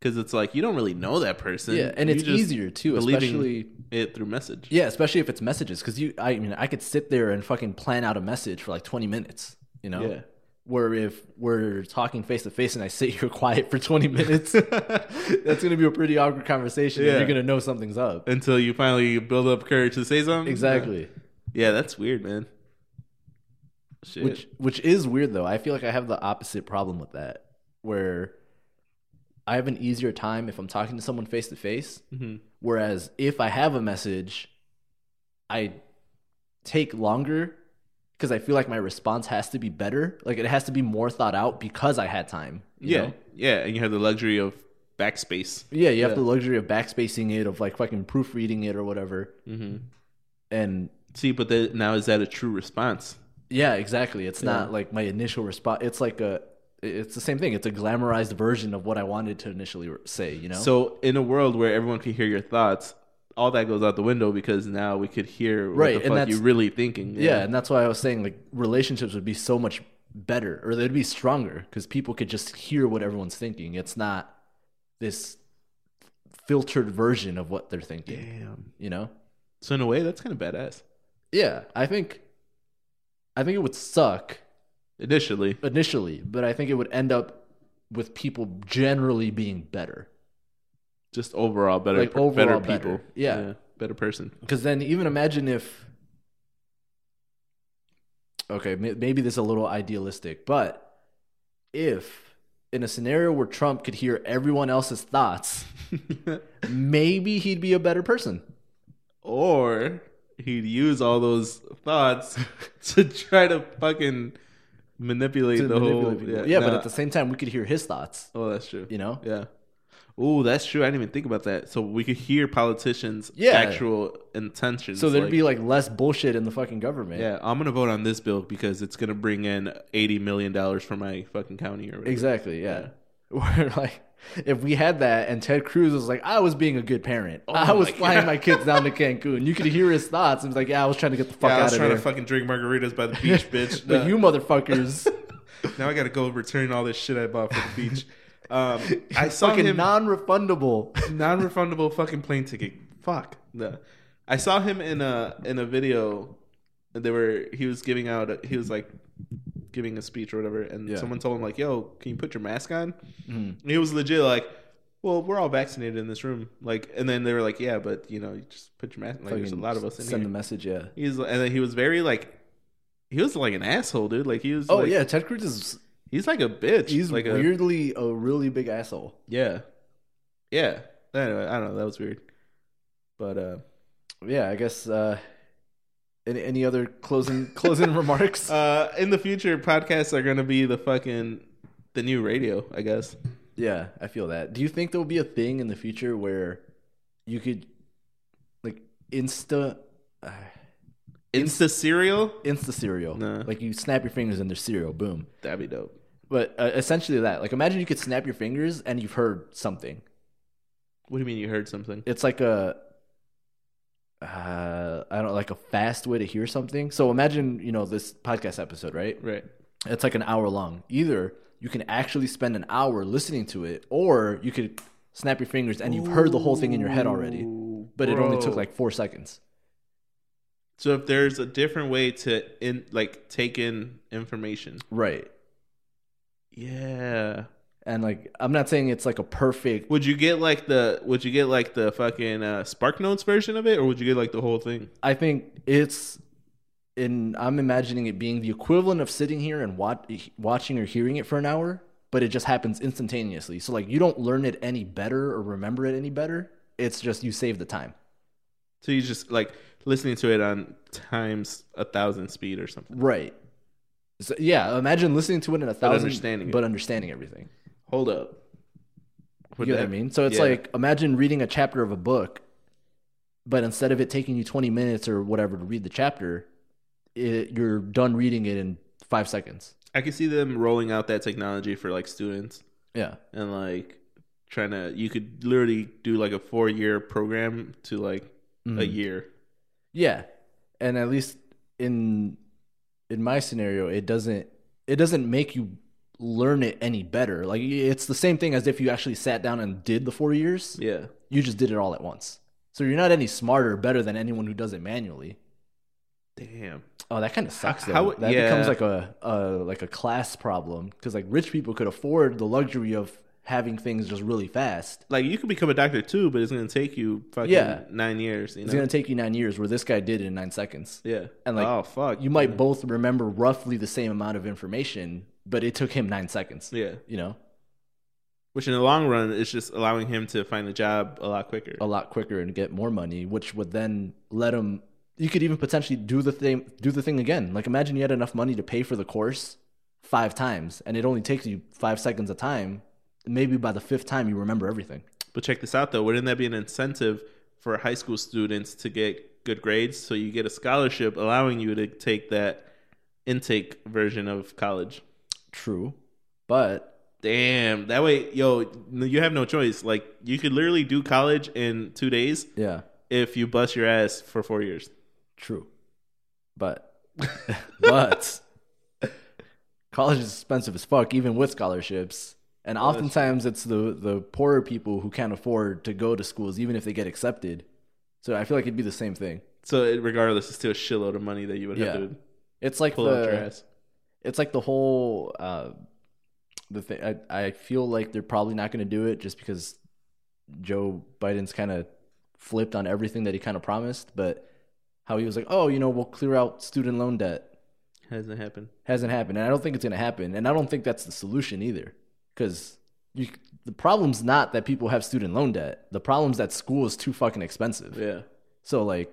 S2: Because it's like you don't really know that person.
S1: yeah, and
S2: You
S1: it's
S2: just
S1: easier too,
S2: believing-
S1: especially
S2: it through message.
S1: yeah, especially if it's messages because you. I mean, I could sit there and fucking plan out a message for like twenty minutes. You know,
S2: Yeah.
S1: where if we're talking face to face and I sit here quiet for twenty minutes, that's gonna be a pretty awkward conversation. and
S2: Yeah.
S1: you're gonna know something's up.
S2: Until you finally build up courage to say something.
S1: Exactly.
S2: Yeah, that's weird, man. Shit.
S1: Which which is weird though. I feel like I have the opposite problem with that, where I have an easier time if I'm talking to someone face to face.
S2: Mhm.
S1: Whereas if I have a message, I take longer because I feel like my response has to be better. Like it has to be more thought out because I had time. you
S2: Yeah,
S1: know?
S2: yeah, and you have the luxury of backspace.
S1: Yeah, you have
S2: Yeah.
S1: the luxury of backspacing it, of like fucking proofreading it or whatever.
S2: Mm-hmm.
S1: And
S2: See, but the, now is that a true response?
S1: yeah, exactly. It's not
S2: Yeah.
S1: like my initial response. It's like a, it's the same thing. It's a glamorized version of what I wanted to initially re- say, you know?
S2: So, in a world where everyone can hear your thoughts, all that goes out the window because now we could hear what
S1: Right,
S2: the
S1: and
S2: fuck
S1: that's-
S2: you're really thinking.
S1: yeah. and that's why I was saying like relationships would be so much better or they'd be stronger because people could just hear what everyone's thinking. It's not this filtered version of what they're thinking,
S2: Damn.
S1: you know?
S2: So, in a way, that's kind of badass.
S1: Yeah, I think, I think it would suck
S2: Initially,
S1: initially, but I think it would end up with people generally being better.
S2: just overall better,
S1: Like,
S2: per-
S1: overall
S2: better people.
S1: better. Yeah.
S2: better person.
S1: Because then, even imagine if. Okay, may- maybe this is a little idealistic, but if in a scenario where Trump could hear everyone else's thoughts, maybe he'd be a better person.
S2: or he'd use all those thoughts to try to fucking manipulate
S1: To
S2: the whole.
S1: manipulate people. yeah, but
S2: nah.
S1: at the same time, we could hear his thoughts,
S2: oh, that's true.
S1: you know?
S2: Yeah. Oh, that's true. I didn't even think about that. So we could hear politicians'
S1: Yeah.
S2: actual intentions.
S1: So there'd be like less bullshit in the fucking government.
S2: yeah, I'm gonna vote on this bill because it's gonna bring in eighty million dollars for my fucking county or whatever.
S1: Exactly. Yeah. Where like if we had that and Ted Cruz was like, I was being a good parent. I was
S2: Oh my
S1: flying
S2: God.
S1: my kids down to Cancun. You could hear his thoughts. and was like, yeah, I was trying to get the fuck
S2: Yeah, I
S1: out
S2: was
S1: of
S2: trying
S1: here.
S2: to fucking drink margaritas by the beach, bitch.
S1: but
S2: Nah.
S1: you motherfuckers,
S2: now I gotta go return all this shit I bought for the beach. Um, I saw
S1: fucking
S2: him
S1: non-refundable.
S2: non-refundable fucking plane ticket. Fuck. No. I saw him in a in a video. and They were he was giving out. a- he was like giving a speech or whatever, and
S1: Yeah.
S2: someone told him like, "Yo, can you put your mask on?"
S1: Mhm.
S2: And he was legit like, "Well, we're all vaccinated in this room." Like, and then they were like, "Yeah, but you know, you just put your mask." Like, there's a
S1: Fucking
S2: lot of us in
S1: Send the
S2: here.
S1: message. Yeah.
S2: He's and then he was very like, he was like an asshole, dude. Like he was.
S1: Oh
S2: like-
S1: yeah, Ted Cruz is
S2: he's like a bitch.
S1: he's
S2: like a
S1: weirdly a really big asshole.
S2: yeah, yeah. Anyway, I don't know. That was weird, but uh.
S1: Yeah, I guess. uh any, any other closing closing remarks?
S2: Uh, in the future, podcasts are gonna be the fucking the new radio, I guess.
S1: Yeah, I feel that. Do you think there'll be a thing in the future where you could like insta uh,
S2: Insta cereal,
S1: insta cereal?
S2: Nah.
S1: Like you snap your fingers and there's cereal, boom.
S2: that'd be dope.
S1: But uh, essentially that. Like imagine you could snap your fingers and you've heard something.
S2: What do you mean you heard something?
S1: It's like a uh, I don't know, like a fast way to hear something. So imagine, you know, this podcast episode, right?
S2: Right.
S1: It's like an hour long. Either you can actually spend an hour listening to it, or you could snap your fingers and you've heard the whole thing in your head already. but it only took like four seconds.
S2: So if there's a different way to in like take in information,
S1: Right.
S2: yeah.
S1: And like, I'm not saying it's like a perfect.
S2: Would you get like the Would you get like the fucking uh, Spark Notes version of it, or would you get like the whole thing?
S1: I think it's, in I'm imagining it being the equivalent of sitting here and wat- watching or hearing it for an hour, but it just happens instantaneously. So like, you don't learn it any better or remember it any better. It's just you save the time.
S2: So you just like listening to it on times a thousand speed or something.
S1: Right. So yeah, imagine listening to it in a thousand,
S2: understanding it.
S1: but understanding everything.
S2: Hold up. Would
S1: you know what I
S2: that-
S1: mean? So it's
S2: yeah.
S1: like imagine reading a chapter of a book, but instead of it taking you 20 minutes or whatever to read the chapter, it, you're done reading it in five seconds.
S2: I could see them rolling out that technology for like students
S1: Yeah.
S2: and like trying to. You could literally do like a four year program to like a
S1: Mhm.
S2: year.
S1: Yeah. And at least in in my scenario, it doesn't it doesn't make you learn it any better. Like it's the same thing as if you actually sat down and did the four years.
S2: Yeah.
S1: You just did it all at once. So you're not any smarter or better than anyone who does it manually.
S2: Damn.
S1: Oh, that kind of sucks. Though.
S2: how-
S1: that
S2: yeah.
S1: becomes like a, a like a class problem because like rich people could afford the luxury of having things just really fast.
S2: Like you could become a doctor too, but it's gonna take you fucking
S1: Yeah.
S2: nine years. You
S1: It's
S2: know?
S1: gonna take you nine years, where this guy did it in nine seconds.
S2: yeah.
S1: and, like,
S2: oh fuck,
S1: You might both remember roughly the same amount of information, but it took him nine seconds.
S2: Yeah.
S1: You know,
S2: Which in the long run is just allowing him to find a job a lot quicker.
S1: a lot quicker and get more money, which would then let him. You could even potentially do the thing, do the thing again. Like imagine you had enough money to pay for the course five times, and it only takes you five seconds a time. Maybe by the fifth time, you remember everything.
S2: But check this out though, wouldn't that be an incentive for high school students to get good grades? So you get a scholarship allowing you to take that intake version of college.
S1: True, but
S2: Damn, that way, yo, n- you have no choice. Like you could literally do college in two days
S1: yeah,
S2: if you bust your ass for four years.
S1: true, but but college is expensive as fuck, even with scholarships. And oftentimes it's the the poorer people who can't afford to go to schools, even if they get accepted. So I feel like it'd be the same thing.
S2: So it, regardless, it's still a shitload of money that you would have
S1: Yeah.
S2: to
S1: It's like
S2: pull out your
S1: the
S2: ass.
S1: it's like the whole uh, the thing. I I feel like they're probably not going to do it just because Joe Biden's kind of flipped on everything that he kind of promised. But how he was like, oh, you know, we'll clear out student loan debt
S2: Hasn't happened.
S1: hasn't happened, and I don't think it's going to happen, and I don't think that's the solution either, because you the problem's not that people have student loan debt. The problem's that school is too fucking expensive.
S2: Yeah.
S1: So like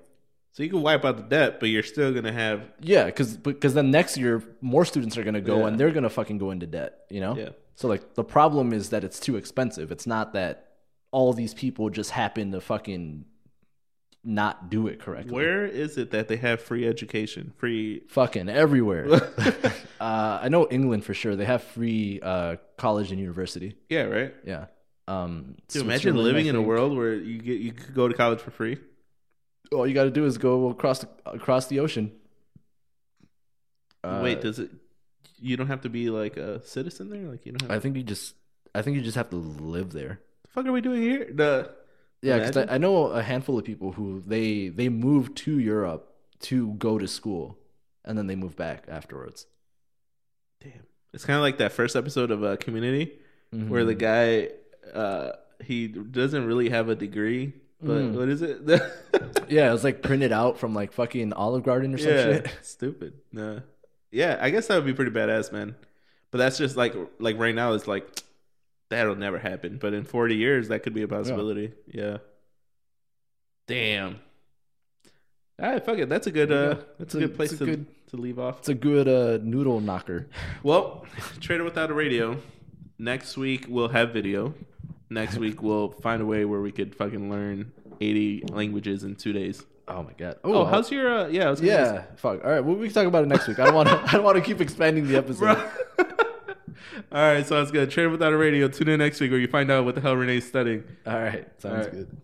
S2: So you can wipe out the debt, but you're still gonna have
S1: Yeah, because because then next year more students are gonna go
S2: Yeah.
S1: and they're gonna fucking go into debt, you know.
S2: Yeah.
S1: So like the problem is that it's too expensive. It's not that all these people just happen to fucking not do it correctly.
S2: Where is it that they have free education? Free
S1: Fucking everywhere. uh, I know England for sure. They have free uh, college and university.
S2: Yeah, right.
S1: Yeah. Um,
S2: Dude, imagine
S1: Switzerland, I
S2: living in a
S1: think-
S2: world where you get you could go to college for free.
S1: All you got to do is go across the, across the ocean. Uh,
S2: Wait, does it? You don't have to be like a citizen there. Like you don't. Have,
S1: I think you just I think you just have to live there.
S2: the fuck are we doing here? The
S1: Yeah, because
S2: Imagine.
S1: I, I know a handful of people who they they moved to Europe to go to school, and then they moved back afterwards.
S2: damn. It's kind of like that first episode of uh, Community
S1: Mm-hmm.
S2: where the guy uh he doesn't really have a degree, but
S1: Mhm.
S2: what is it?
S1: yeah, it was like printed out from like fucking Olive Garden or some
S2: yeah,
S1: shit.
S2: stupid. Nah. Yeah, I guess that would be pretty badass, man. But that's just like like right now it's like that'll never happen. But in forty years that could be a possibility. Yeah. Damn. All right, fuck it. That's a good
S1: There you
S2: uh
S1: go. It's
S2: that's a
S1: a-
S2: good place
S1: it's a
S2: to
S1: good-
S2: to leave off.
S1: It's a good uh, noodle knocker.
S2: Well, Trader Without a Radio. Next week we'll have video. Next week we'll find a way where we could fucking learn eighty languages in two days.
S1: Oh my god.
S2: Oh,
S1: I'll-
S2: how's your uh, yeah, I was gonna
S1: yeah? Fuck. All right. Well, we can talk about it next week. I don't want to. I don't want to keep expanding the episode.
S2: Bro. All right, so that's good. Trader without a radio. Tune in next week where you find out what the hell Renee's studying.
S1: All right. Sounds
S2: All right.
S1: good.